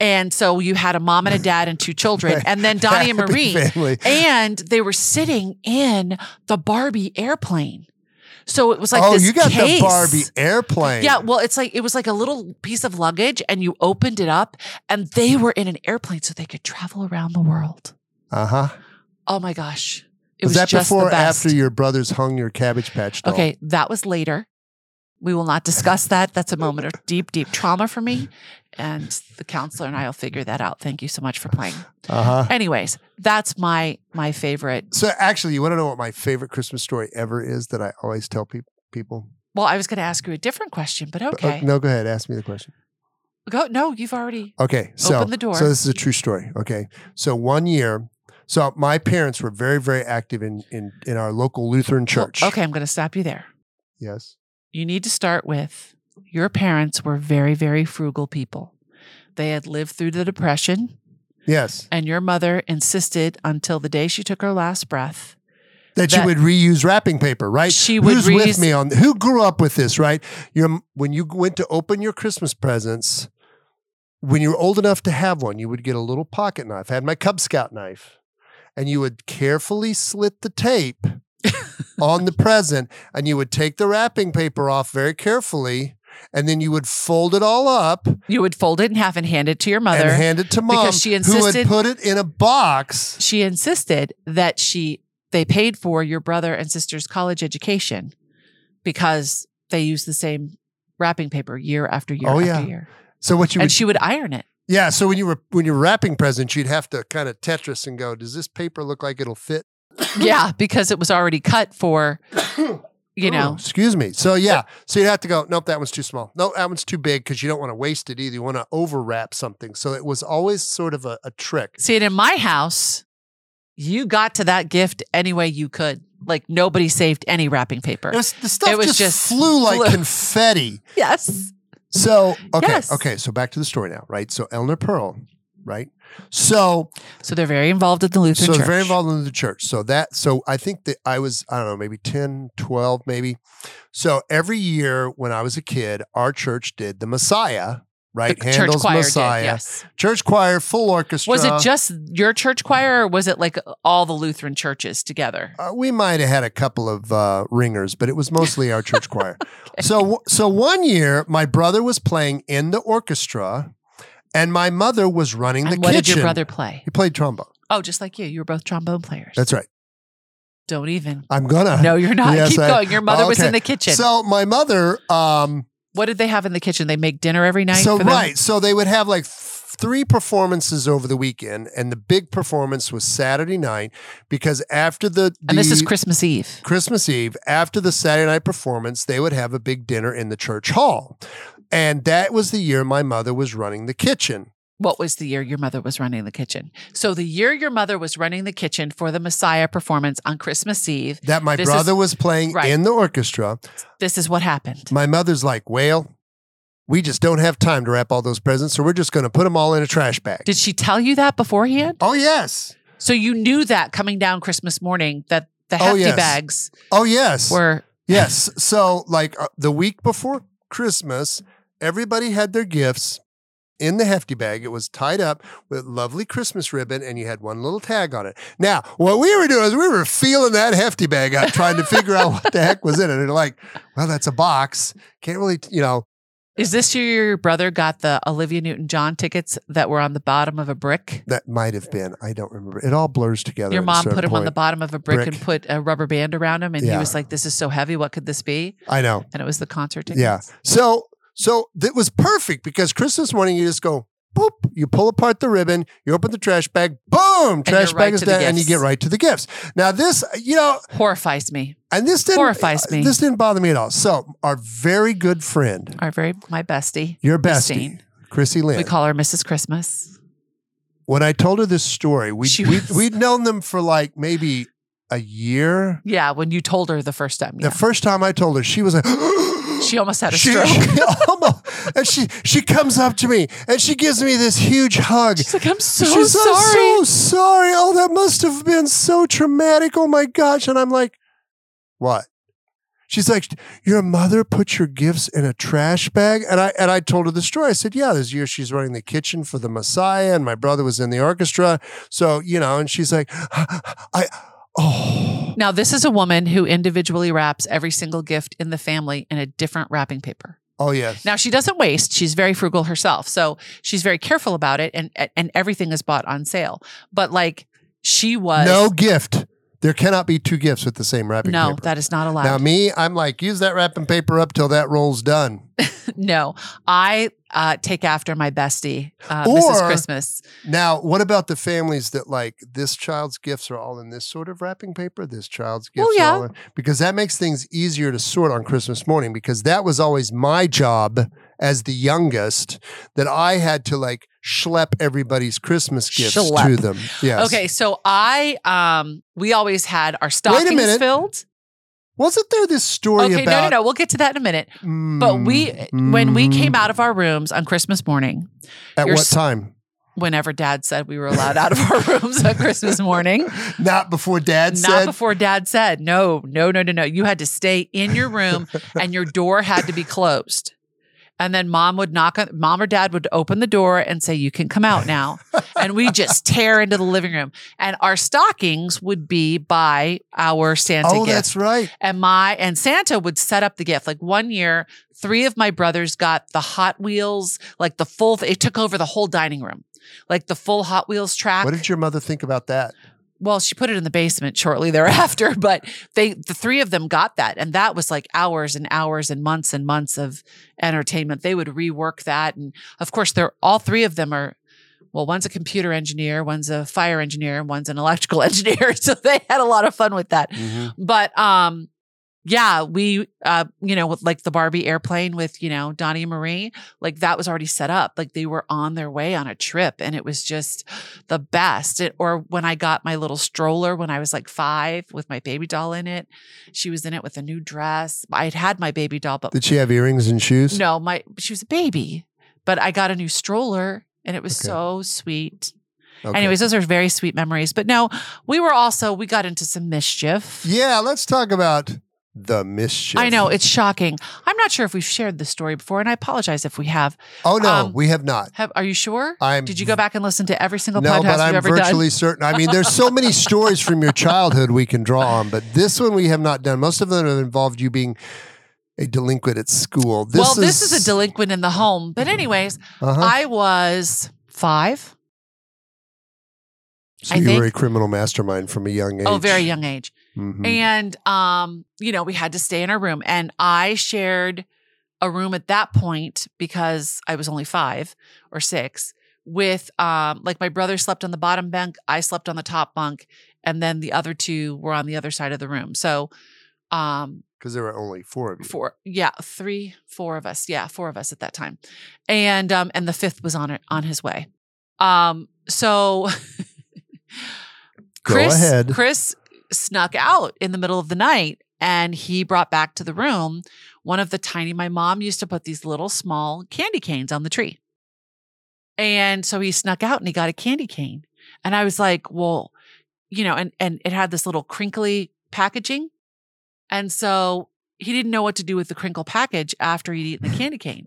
[SPEAKER 2] And so you had a mom and a dad and two
[SPEAKER 1] [LAUGHS]
[SPEAKER 2] children, and then Donnie and
[SPEAKER 1] Happy
[SPEAKER 2] Marie.
[SPEAKER 1] Family.
[SPEAKER 2] and they were sitting in the Barbie airplane. So it was like
[SPEAKER 1] oh,
[SPEAKER 2] this
[SPEAKER 1] you got
[SPEAKER 2] case.
[SPEAKER 1] the Barbie airplane.
[SPEAKER 2] Yeah, well, it's like it was like a little piece of luggage, and you opened it up, and they were in an airplane, so they could travel around the world.
[SPEAKER 1] Uh huh.
[SPEAKER 2] Oh my gosh, it It was,
[SPEAKER 1] that
[SPEAKER 2] just
[SPEAKER 1] before
[SPEAKER 2] the
[SPEAKER 1] or
[SPEAKER 2] best.
[SPEAKER 1] after your brothers hung your cabbage patch doll?
[SPEAKER 2] Okay, that was later. We will not discuss that. That's a moment
[SPEAKER 1] [LAUGHS]
[SPEAKER 2] of deep, deep trauma for me. And the counselor and I will figure that out. Thank you so much for playing.
[SPEAKER 1] Uh huh.
[SPEAKER 2] Anyways, that's my my favorite.
[SPEAKER 1] So actually, you want to know what my favorite Christmas story ever is that I always tell peop people?
[SPEAKER 2] Well, I was going to ask you a different question, but
[SPEAKER 1] But, uh,
[SPEAKER 2] okay.
[SPEAKER 1] no, go ahead. Ask me the question.
[SPEAKER 2] Go. No, you've already.
[SPEAKER 1] Okay. So,
[SPEAKER 2] Open the door.
[SPEAKER 1] so this is a true story. Okay. So one year, so my parents were very, very active in in, in our local Lutheran
[SPEAKER 2] Well,
[SPEAKER 1] church.
[SPEAKER 2] Oh, okay, I'm going to stop you there.
[SPEAKER 1] Yes.
[SPEAKER 2] You need to start with your parents were very, very frugal people. They had lived through the depression,
[SPEAKER 1] Yes.
[SPEAKER 2] and your mother insisted until the day she took her last breath
[SPEAKER 1] That,
[SPEAKER 2] That-
[SPEAKER 1] you would reuse wrapping paper, right?
[SPEAKER 2] She would
[SPEAKER 1] Who's
[SPEAKER 2] reuse-
[SPEAKER 1] with me on who grew up with this, right? Your when you went to open your Christmas presents, when you were old enough to have one, you would get a little pocket knife. I had my Cub Scout knife, and you would carefully slit the
[SPEAKER 2] [LAUGHS]
[SPEAKER 1] tape on the present, and you would take the wrapping paper off very carefully, and then you would fold it all up
[SPEAKER 2] You would fold it in half and hand it to your mother.
[SPEAKER 1] and hand it to mom,
[SPEAKER 2] because she
[SPEAKER 1] who would
[SPEAKER 2] insisted-
[SPEAKER 1] put it in a box.
[SPEAKER 2] she insisted that she they paid for your brother and sister's college education because they used the same wrapping paper year after year
[SPEAKER 1] Oh,
[SPEAKER 2] after
[SPEAKER 1] yeah.
[SPEAKER 2] year.
[SPEAKER 1] So what you would
[SPEAKER 2] And she would
[SPEAKER 1] [COUGHS]
[SPEAKER 2] iron it.
[SPEAKER 1] Yeah, so when you were when you're wrapping presents, you'd have to kind of Tetris and go, does this paper look like it'll fit?
[SPEAKER 2] yeah, because it was already cut for
[SPEAKER 1] [COUGHS] Oh,
[SPEAKER 2] you know.
[SPEAKER 1] excuse me. So yeah, so you'd have to go, nope, that one's too small. No, that one's too big because you don't want to waste it either. You want to overwrap something. So it was always sort of a, a trick.
[SPEAKER 2] See, and in my house, you got to that gift any way you could. Like nobody saved any wrapping paper.
[SPEAKER 1] It was, the stuff
[SPEAKER 2] It was
[SPEAKER 1] just,
[SPEAKER 2] just
[SPEAKER 1] flew like
[SPEAKER 2] flew.
[SPEAKER 1] confetti.
[SPEAKER 2] Yes.
[SPEAKER 1] So okay,
[SPEAKER 2] Yes.
[SPEAKER 1] okay. So back to the story now, right? So Eleanor Pearl, right? So
[SPEAKER 2] So they're very involved in the Lutheran
[SPEAKER 1] so
[SPEAKER 2] church.
[SPEAKER 1] very involved in the church so that so i think that i was i don't know maybe 10 12 maybe so every year when i was a kid our church did the messiah
[SPEAKER 2] The
[SPEAKER 1] right
[SPEAKER 2] church
[SPEAKER 1] Handel's
[SPEAKER 2] choir
[SPEAKER 1] messiah
[SPEAKER 2] did, yes.
[SPEAKER 1] church choir full orchestra
[SPEAKER 2] Was it just your church choir or was it like all the Lutheran churches together?
[SPEAKER 1] Uh, we might have had a couple of uh, ringers, but it was mostly our church
[SPEAKER 2] [LAUGHS]
[SPEAKER 1] choir. So, so one year, my brother was playing in the orchestra, and my mother was running the
[SPEAKER 2] and what
[SPEAKER 1] kitchen.
[SPEAKER 2] did your brother play?
[SPEAKER 1] He played trombone.
[SPEAKER 2] Oh, just like you. You were both trombone players.
[SPEAKER 1] That's right.
[SPEAKER 2] Don't even.
[SPEAKER 1] I'm gonna.
[SPEAKER 2] No, you're not.
[SPEAKER 1] Yes,
[SPEAKER 2] Keep
[SPEAKER 1] I-
[SPEAKER 2] going. Your mother was
[SPEAKER 1] Okay.
[SPEAKER 2] in the kitchen.
[SPEAKER 1] So my mother, um,
[SPEAKER 2] what did they have in the kitchen? They make dinner every night.
[SPEAKER 1] So
[SPEAKER 2] for them?
[SPEAKER 1] right, so they would have like f- three performances over the weekend, and the big performance was Saturday night because after the,
[SPEAKER 2] And this
[SPEAKER 1] the
[SPEAKER 2] is Christmas Eve.
[SPEAKER 1] Christmas Eve, after the Saturday night performance, they would have a big dinner in the church hall, and that was the year my mother was running the kitchen.
[SPEAKER 2] What was the year your mother was running the kitchen? So the year your mother was running the kitchen for the Messiah performance on Christmas Eve,
[SPEAKER 1] That my
[SPEAKER 2] This is-
[SPEAKER 1] brother was playing
[SPEAKER 2] right.
[SPEAKER 1] in the orchestra.
[SPEAKER 2] this is what happened.
[SPEAKER 1] My mother's like, "Well, we just don't have time to wrap all those presents, so we're just going to put them all in a trash bag."
[SPEAKER 2] Did she tell you that beforehand?
[SPEAKER 1] oh yes,
[SPEAKER 2] So you knew that coming down Christmas morning that the
[SPEAKER 1] Oh,
[SPEAKER 2] hefty
[SPEAKER 1] yes.
[SPEAKER 2] bags
[SPEAKER 1] oh yes.
[SPEAKER 2] were
[SPEAKER 1] Yes. So, like uh, the week before Christmas, everybody had their gifts in the hefty bag. It was tied up with lovely Christmas ribbon, and you had one little tag on it. Now, what we were doing is we were feeling that hefty bag out, trying to figure out what the heck was in it. And like, well, that's a box. Can't really, you know.
[SPEAKER 2] Is this year your brother got the Olivia Newton John tickets that were on the bottom of a brick?
[SPEAKER 1] That might have been. I don't remember. It all blurs together.
[SPEAKER 2] Your
[SPEAKER 1] at a
[SPEAKER 2] mom
[SPEAKER 1] certain
[SPEAKER 2] put him on the
[SPEAKER 1] point.
[SPEAKER 2] bottom of a brick,
[SPEAKER 1] Brick.
[SPEAKER 2] and put a rubber band around him, and he
[SPEAKER 1] Yeah.
[SPEAKER 2] was like, "This is so heavy. What could this be?"
[SPEAKER 1] I know.
[SPEAKER 2] And it was the concert tickets.
[SPEAKER 1] Yeah. So so that was perfect because Christmas morning you just go boop, you pull apart the ribbon, you open the trash bag, boom,
[SPEAKER 2] you're
[SPEAKER 1] trash bag
[SPEAKER 2] right
[SPEAKER 1] is
[SPEAKER 2] to the
[SPEAKER 1] down, and you
[SPEAKER 2] gifts.
[SPEAKER 1] get right to the gifts. Now this, you know,
[SPEAKER 2] horrifies me.
[SPEAKER 1] and this didn't
[SPEAKER 2] Horrifies me.
[SPEAKER 1] This didn't bother me at all. So our very good friend,
[SPEAKER 2] Our very my bestie,
[SPEAKER 1] your bestie,
[SPEAKER 2] Christine.
[SPEAKER 1] Chrissy Lynn.
[SPEAKER 2] We call her Mrs. Christmas.
[SPEAKER 1] when I told her this story, we
[SPEAKER 2] She
[SPEAKER 1] we
[SPEAKER 2] was-
[SPEAKER 1] we'd known them for like maybe a year.
[SPEAKER 2] Yeah, when you told her the first time, yeah.
[SPEAKER 1] The first time I told her, she was like. [GASPS]
[SPEAKER 2] she almost had a
[SPEAKER 1] she,
[SPEAKER 2] stroke.
[SPEAKER 1] [LAUGHS]
[SPEAKER 2] [LAUGHS]
[SPEAKER 1] she almost, and she she comes up to me and she gives me this huge hug
[SPEAKER 2] She's like, "I'm so
[SPEAKER 1] She's
[SPEAKER 2] sorry."
[SPEAKER 1] so sorry. Oh, that must have been so traumatic. Oh my gosh. And I'm like, what? She's like, your mother put your gifts in a trash bag. And I and I told her the story. I said, yeah, this year she's running the kitchen for the Messiah, and my brother was in the orchestra. So you know, and she's like, I, oh,
[SPEAKER 2] now this is a woman who individually wraps every single gift in the family in a different wrapping paper.
[SPEAKER 1] oh yes.
[SPEAKER 2] Now she doesn't waste. She's very frugal herself. So she's very careful about it and and everything is bought on sale. But like she was
[SPEAKER 1] no gift There cannot be two gifts with the same wrapping
[SPEAKER 2] no,
[SPEAKER 1] paper.
[SPEAKER 2] that is not allowed.
[SPEAKER 1] now me, I'm like, use that wrapping paper up till that roll's done.
[SPEAKER 2] [LAUGHS] no, I uh, take after my bestie, uh,
[SPEAKER 1] Or-
[SPEAKER 2] Mrs. Christmas.
[SPEAKER 1] Now, what about the families that like this child's gifts are all in this sort of wrapping paper? This child's gifts
[SPEAKER 2] Well, Oh, yeah.
[SPEAKER 1] are all in, because that makes things easier to sort on Christmas morning because that was always my job as the youngest that I had to like schlep everybody's Christmas gifts
[SPEAKER 2] Schlep.
[SPEAKER 1] to them. Yes.
[SPEAKER 2] Okay, so I um we always had our stockings
[SPEAKER 1] minute.
[SPEAKER 2] filled.
[SPEAKER 1] Wasn't there this story
[SPEAKER 2] okay, no, no,
[SPEAKER 1] about
[SPEAKER 2] no. We'll get to that in a minute. But we,
[SPEAKER 1] Mm,
[SPEAKER 2] when we came out of our rooms on Christmas morning,
[SPEAKER 1] at
[SPEAKER 2] your
[SPEAKER 1] what
[SPEAKER 2] s-
[SPEAKER 1] time?
[SPEAKER 2] whenever Dad said we were allowed out of our [LAUGHS] rooms on Christmas morning,
[SPEAKER 1] Not before Dad
[SPEAKER 2] not
[SPEAKER 1] said.
[SPEAKER 2] before Dad said, no, no, no, no, no. You had to stay in your room, and your door had to be closed. And then Mom would knock on. Mom or Dad would open the door and say, "You can come out now." and we just tear into the living room, and our stockings would be by our Santa
[SPEAKER 1] oh,
[SPEAKER 2] gift.
[SPEAKER 1] that's right.
[SPEAKER 2] and my and Santa would set up the gift. Like one year, three of my brothers got the Hot Wheels, like the full. It took over the whole dining room, like the full Hot Wheels track.
[SPEAKER 1] What did your mother think about that?
[SPEAKER 2] well, she put it in the basement shortly thereafter, [LAUGHS] but they the three of them got that, and that was like hours and hours and months and months of entertainment. They would rework that, and of course, they're all three of them are. Well, one's a computer engineer, one's a fire engineer, and one's an electrical [LAUGHS] engineer. So they had a lot of fun with that
[SPEAKER 1] Mm-hmm.
[SPEAKER 2] but um yeah we uh you know with like the barbie airplane with you know donnie and marie like that was already set up like they were on their way on a trip and it was just the best it, or when i got my little stroller when i was like five with my baby doll in it she was in it with a new dress i had had my baby doll but
[SPEAKER 1] Did she have earrings and shoes?
[SPEAKER 2] no my she was a baby but i got a new stroller and it was
[SPEAKER 1] Okay.
[SPEAKER 2] so sweet
[SPEAKER 1] Okay.
[SPEAKER 2] anyways those are very sweet memories but no we were also we got into some mischief
[SPEAKER 1] Yeah, let's talk about the mischief.
[SPEAKER 2] I know it's shocking. I'm not sure if we've shared this story before, and I apologize if we have.
[SPEAKER 1] Oh no,
[SPEAKER 2] um,
[SPEAKER 1] we have not.
[SPEAKER 2] Have are you sure?
[SPEAKER 1] I'm.
[SPEAKER 2] Did you go back and listen to every single
[SPEAKER 1] Um, No,
[SPEAKER 2] podcast
[SPEAKER 1] but I'm
[SPEAKER 2] we've ever done?
[SPEAKER 1] virtually certain. I mean, there's so
[SPEAKER 2] [LAUGHS]
[SPEAKER 1] many stories from your childhood we can draw on, but this one we have not done. Most of them have involved you being a delinquent at school. This is,
[SPEAKER 2] well, this is a delinquent in the home. But anyways,
[SPEAKER 1] Uh-huh.
[SPEAKER 2] I was five.
[SPEAKER 1] so
[SPEAKER 2] I
[SPEAKER 1] you were
[SPEAKER 2] think-
[SPEAKER 1] a criminal mastermind from a young age.
[SPEAKER 2] Oh, very young age.
[SPEAKER 1] Mhm.
[SPEAKER 2] And um, you know, we had to stay in our room. And I shared a room at that point because I was only five or six with um like my brother slept on the bottom bunk, I slept on the top bunk, and then the other two were on the other side of the room. So um
[SPEAKER 1] Because there were only four of you.
[SPEAKER 2] four yeah, three, four of us. Yeah, four of us at that time. And um and the fifth was on it on his way. Um so
[SPEAKER 1] Go
[SPEAKER 2] Chris,
[SPEAKER 1] ahead.
[SPEAKER 2] Chris snuck out in the middle of the night and he brought back to the room one of the tiny, my mom used to put these little small candy canes on the tree. And so he snuck out and he got a candy cane. And I was like, well, you know, and, and it had this little crinkly packaging. And so he didn't know what to do with the crinkle package after he'd
[SPEAKER 1] [LAUGHS]
[SPEAKER 2] eaten the candy cane.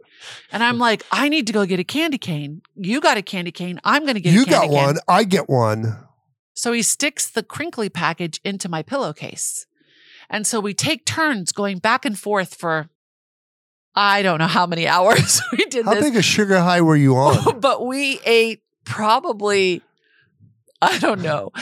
[SPEAKER 2] And I'm like, I need to go get a candy cane. You got a candy cane. I'm going to get a
[SPEAKER 1] you
[SPEAKER 2] candy
[SPEAKER 1] got
[SPEAKER 2] cane.
[SPEAKER 1] one. I get one.
[SPEAKER 2] So he sticks the crinkly package into my pillowcase. And so we take turns going back and forth for I don't know how many [LAUGHS] hours we did
[SPEAKER 1] How
[SPEAKER 2] this.
[SPEAKER 1] big a sugar high were you
[SPEAKER 2] [LAUGHS]
[SPEAKER 1] on?
[SPEAKER 2] but we ate probably I don't know
[SPEAKER 1] [LAUGHS]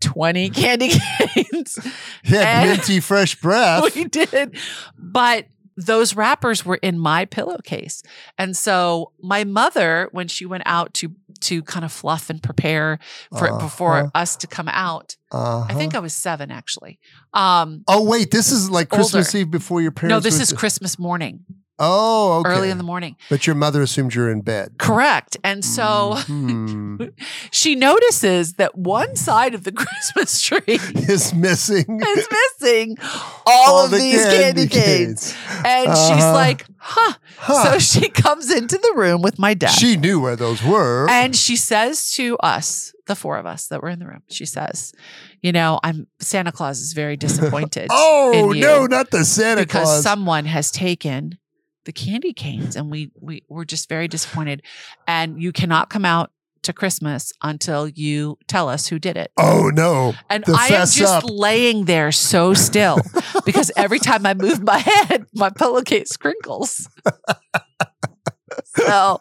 [SPEAKER 2] 20 candy canes. [LAUGHS]
[SPEAKER 1] You had
[SPEAKER 2] And-
[SPEAKER 1] minty fresh breath.
[SPEAKER 2] [LAUGHS] we did. But those wrappers were in my pillowcase. And so my mother, when she went out to to kind of fluff and prepare for
[SPEAKER 1] Uh-huh.
[SPEAKER 2] before us to come out,
[SPEAKER 1] Uh-huh.
[SPEAKER 2] I think I was seven actually. Um,
[SPEAKER 1] Oh wait, this is like
[SPEAKER 2] Older.
[SPEAKER 1] Christmas Eve before your parents.
[SPEAKER 2] no, this
[SPEAKER 1] were-
[SPEAKER 2] is Christmas morning,
[SPEAKER 1] oh okay.
[SPEAKER 2] early in the morning.
[SPEAKER 1] But your mother assumed you're in bed.
[SPEAKER 2] Correct. And so
[SPEAKER 1] Hmm. [LAUGHS]
[SPEAKER 2] she notices that one side of the [LAUGHS] Christmas tree
[SPEAKER 1] is missing [LAUGHS]
[SPEAKER 2] is missing [LAUGHS] all, of
[SPEAKER 1] the
[SPEAKER 2] these candy, canes. And she's
[SPEAKER 1] Uh-huh.
[SPEAKER 2] like, huh.
[SPEAKER 1] Huh.
[SPEAKER 2] So she comes into the room with my dad.
[SPEAKER 1] she knew where those were.
[SPEAKER 2] and she says to us, the four of us that were in the room, she says, you know, I'm Santa Claus is very disappointed.
[SPEAKER 1] [LAUGHS] oh
[SPEAKER 2] in you.
[SPEAKER 1] no, not the Santa
[SPEAKER 2] because
[SPEAKER 1] Claus.
[SPEAKER 2] someone has taken the candy canes and we we we're just very disappointed and you cannot come out to christmas until you tell us who did it
[SPEAKER 1] oh no.
[SPEAKER 2] and
[SPEAKER 1] The
[SPEAKER 2] i am
[SPEAKER 1] fess up.
[SPEAKER 2] just laying there so
[SPEAKER 1] [LAUGHS]
[SPEAKER 2] still because every time i move my head my pillowcase crinkles so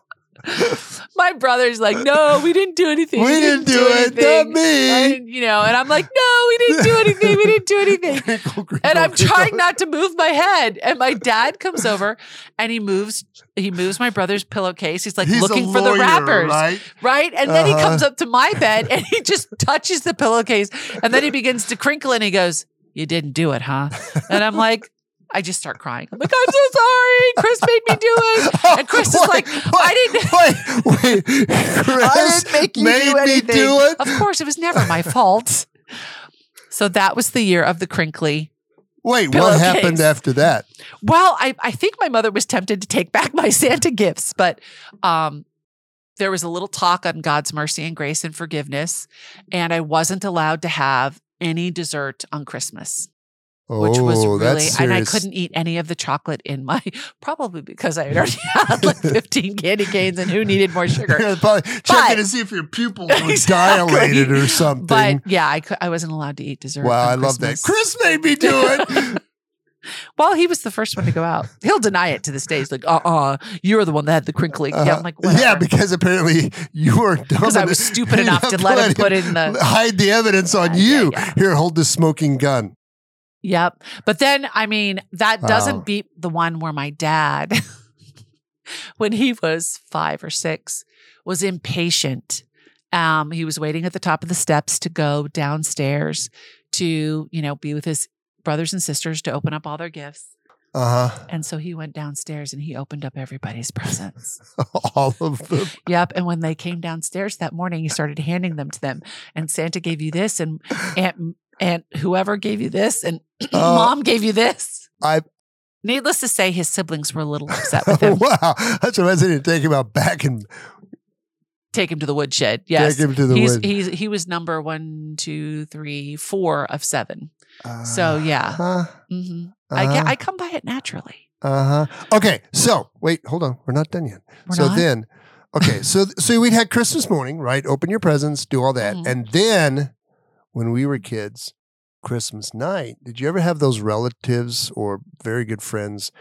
[SPEAKER 2] my brother's like, no, we didn't do anything.
[SPEAKER 1] we didn't do it. Not
[SPEAKER 2] anything." I
[SPEAKER 1] me.
[SPEAKER 2] didn't- you know, and I'm like, no, we didn't do anything. We didn't do anything.
[SPEAKER 1] [LAUGHS] Crinkle, crinkle,
[SPEAKER 2] And I'm
[SPEAKER 1] crinkle.
[SPEAKER 2] trying not to move my head. And
[SPEAKER 1] [LAUGHS]
[SPEAKER 2] my dad comes over and he moves, he moves my brother's pillowcase. He's like
[SPEAKER 1] He's a
[SPEAKER 2] looking for the
[SPEAKER 1] lawyer,
[SPEAKER 2] wrappers.
[SPEAKER 1] right?
[SPEAKER 2] Right. And then he
[SPEAKER 1] Uh-huh.
[SPEAKER 2] comes up to my bed and he just touches the pillowcase and then he begins to crinkle and he goes, You didn't do it, huh? And I'm like, I just start crying. I'm like, I'm so sorry. Chris made me do
[SPEAKER 1] [LAUGHS]
[SPEAKER 2] it. [LAUGHS]
[SPEAKER 1] Oh
[SPEAKER 2] And Chris is like, I didn't-
[SPEAKER 1] Wait,
[SPEAKER 2] [LAUGHS]
[SPEAKER 1] wait, Chris
[SPEAKER 3] didn't make you
[SPEAKER 1] made
[SPEAKER 3] do
[SPEAKER 1] me
[SPEAKER 3] anything.
[SPEAKER 1] do it.
[SPEAKER 2] Of course, it was never
[SPEAKER 1] [LAUGHS]
[SPEAKER 2] my fault. So that was the year of the crinkly.
[SPEAKER 1] Wait, what
[SPEAKER 2] Pillowcase.
[SPEAKER 1] happened after that?
[SPEAKER 2] Well, I, I think my mother was tempted to take back my Santa gifts, but um, there was a little talk on God's mercy and grace and forgiveness. And I wasn't allowed to have any dessert on Christmas.
[SPEAKER 1] Oh,
[SPEAKER 2] which was really,
[SPEAKER 1] that's serious.
[SPEAKER 2] and I
[SPEAKER 1] [LAUGHS]
[SPEAKER 2] couldn't eat any of the chocolate in my, [LAUGHS] probably because
[SPEAKER 1] Mm.
[SPEAKER 2] I had already [LAUGHS] had like 15 candy canes and who needed
[SPEAKER 1] [LAUGHS]
[SPEAKER 2] more sugar.
[SPEAKER 1] You're probably checking
[SPEAKER 2] But-
[SPEAKER 1] to see if your
[SPEAKER 2] [LAUGHS]
[SPEAKER 1] pupils were
[SPEAKER 2] Exactly.
[SPEAKER 1] dilated or something.
[SPEAKER 2] But yeah, I, cou- I wasn't allowed to eat dessert.
[SPEAKER 1] wow,
[SPEAKER 2] on
[SPEAKER 1] I love that.
[SPEAKER 2] Christmas.
[SPEAKER 1] Chris made me do it.
[SPEAKER 2] Well, he was the first one to go out. He'll deny it to this day. He's like, uh uh-uh, uh, you are the one that had the crinkling. [LAUGHS] yeah,
[SPEAKER 1] Uh,
[SPEAKER 2] I'm like,
[SPEAKER 1] [LAUGHS] yeah,
[SPEAKER 2] whatever.
[SPEAKER 1] because apparently you were dumb.
[SPEAKER 2] because I
[SPEAKER 1] enough- [LAUGHS]
[SPEAKER 2] was stupid enough to let him put in the.
[SPEAKER 1] hide the evidence on
[SPEAKER 2] Yeah,
[SPEAKER 1] you.
[SPEAKER 2] yeah, yeah.
[SPEAKER 1] Here, hold this smoking gun.
[SPEAKER 2] Yep. But then, I mean, that doesn't
[SPEAKER 1] Wow.
[SPEAKER 2] beat the one where my dad, [LAUGHS] when he was five or six, was impatient. Um, he was waiting at the top of the steps to go downstairs to, you know, be with his brothers and sisters to open up all their gifts.
[SPEAKER 1] Uh huh.
[SPEAKER 2] And so he went downstairs and he opened up everybody's presents.
[SPEAKER 1] [LAUGHS] All of them.
[SPEAKER 2] Yep. And when they came downstairs that morning, he started handing them to them. And Santa gave you this, and
[SPEAKER 1] [SIGHS]
[SPEAKER 2] Aunt, Aunt whoever gave you this, and [CLEARS THROAT] Mom gave you this.
[SPEAKER 1] Uh, I-
[SPEAKER 2] Needless to say, his siblings were a little upset [LAUGHS] with him.
[SPEAKER 1] [LAUGHS] wow, that's what I was going to take him out back and
[SPEAKER 2] Take him to the woodshed. Yes.
[SPEAKER 1] take him to the
[SPEAKER 2] He's,
[SPEAKER 1] wood.
[SPEAKER 2] he's, he was number one, two, three, four of 7 so, yeah.
[SPEAKER 1] Uh
[SPEAKER 2] Mm-hmm. I,
[SPEAKER 1] huh.
[SPEAKER 2] get, I come by it naturally.
[SPEAKER 1] Uh huh. Okay. So wait, hold on. We're not done yet.
[SPEAKER 2] We're
[SPEAKER 1] so
[SPEAKER 2] not.
[SPEAKER 1] then, okay.
[SPEAKER 2] [LAUGHS]
[SPEAKER 1] So so we had Christmas morning, right? Open your presents, do all that,
[SPEAKER 2] Mhm.
[SPEAKER 1] and then when we were kids, Christmas night. Did you ever have those relatives or very good friends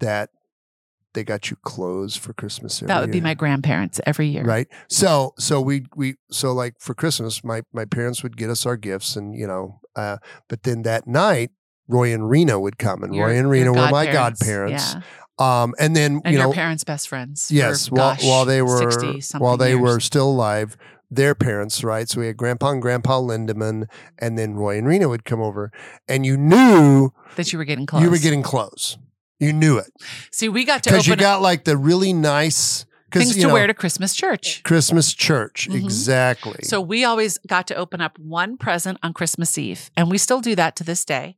[SPEAKER 1] that they got you clothes for Christmas? every
[SPEAKER 2] that would be
[SPEAKER 1] year?
[SPEAKER 2] my grandparents every year.
[SPEAKER 1] Right. So so we we so like for Christmas, my my parents would get us our gifts, and you know, uh, but then that night. Roy and Rena would come, and
[SPEAKER 2] Your-
[SPEAKER 1] Roy and
[SPEAKER 2] your
[SPEAKER 1] Rena were my godparents.
[SPEAKER 2] Yeah.
[SPEAKER 1] Um, and then
[SPEAKER 2] And
[SPEAKER 1] you
[SPEAKER 2] your
[SPEAKER 1] know,
[SPEAKER 2] parents' best friends. for,
[SPEAKER 1] yes, while,
[SPEAKER 2] gosh,
[SPEAKER 1] while they were
[SPEAKER 2] 60-something
[SPEAKER 1] while they
[SPEAKER 2] years.
[SPEAKER 1] were still alive, their parents, right? So we had Grandpa and Grandpa Lindemann, and then Roy and Rena would come over, and you knew
[SPEAKER 2] that you were getting close.
[SPEAKER 1] you were getting close. You knew it
[SPEAKER 2] See, we got to
[SPEAKER 1] because
[SPEAKER 2] open
[SPEAKER 1] you
[SPEAKER 2] up
[SPEAKER 1] got like the really nice because
[SPEAKER 2] things
[SPEAKER 1] you
[SPEAKER 2] to
[SPEAKER 1] know,
[SPEAKER 2] wear to Christmas church.
[SPEAKER 1] Christmas church
[SPEAKER 2] Mhm.
[SPEAKER 1] exactly.
[SPEAKER 2] So we always got to open up one present on Christmas Eve, and we still do that to this day.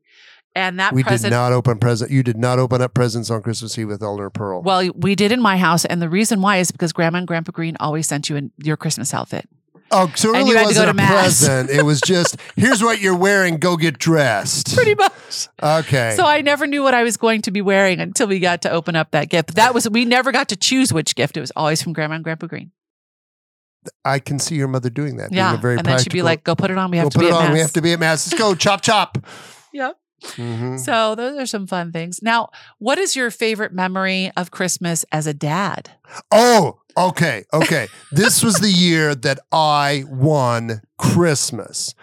[SPEAKER 2] And that
[SPEAKER 1] we did
[SPEAKER 2] present,
[SPEAKER 1] not open present. You did not open up presents on Christmas Eve with Elder Pearl.
[SPEAKER 2] well, we did in my house, and the reason why is because Grandma and Grandpa Green always sent you in your Christmas outfit. [LAUGHS]
[SPEAKER 1] oh, so it
[SPEAKER 2] and
[SPEAKER 1] really
[SPEAKER 2] you had to go
[SPEAKER 1] wasn't
[SPEAKER 2] to
[SPEAKER 1] a
[SPEAKER 2] mass.
[SPEAKER 1] present. It was
[SPEAKER 2] [LAUGHS]
[SPEAKER 1] just here's what you're wearing. Go get dressed.
[SPEAKER 2] Pretty much.
[SPEAKER 1] okay.
[SPEAKER 2] So I never knew what I was going to be wearing until we got to open up that gift. But that was we never got to choose which gift. It was always from Grandma and Grandpa Green.
[SPEAKER 1] I can see your mother doing that.
[SPEAKER 2] Yeah,
[SPEAKER 1] being a very
[SPEAKER 2] and then she'd be
[SPEAKER 1] practical-
[SPEAKER 2] like, "Go put it on. We have
[SPEAKER 1] "We'll
[SPEAKER 2] to
[SPEAKER 1] put
[SPEAKER 2] be
[SPEAKER 1] it
[SPEAKER 2] at
[SPEAKER 1] on.
[SPEAKER 2] mass."
[SPEAKER 1] We have to be at mass. Let's go, chop chop."
[SPEAKER 2] Yep.
[SPEAKER 1] Mhm.
[SPEAKER 2] So those are some fun things. Now, what is your favorite memory of Christmas as a dad?
[SPEAKER 1] Oh, okay, okay. this was the year that I won Christmas.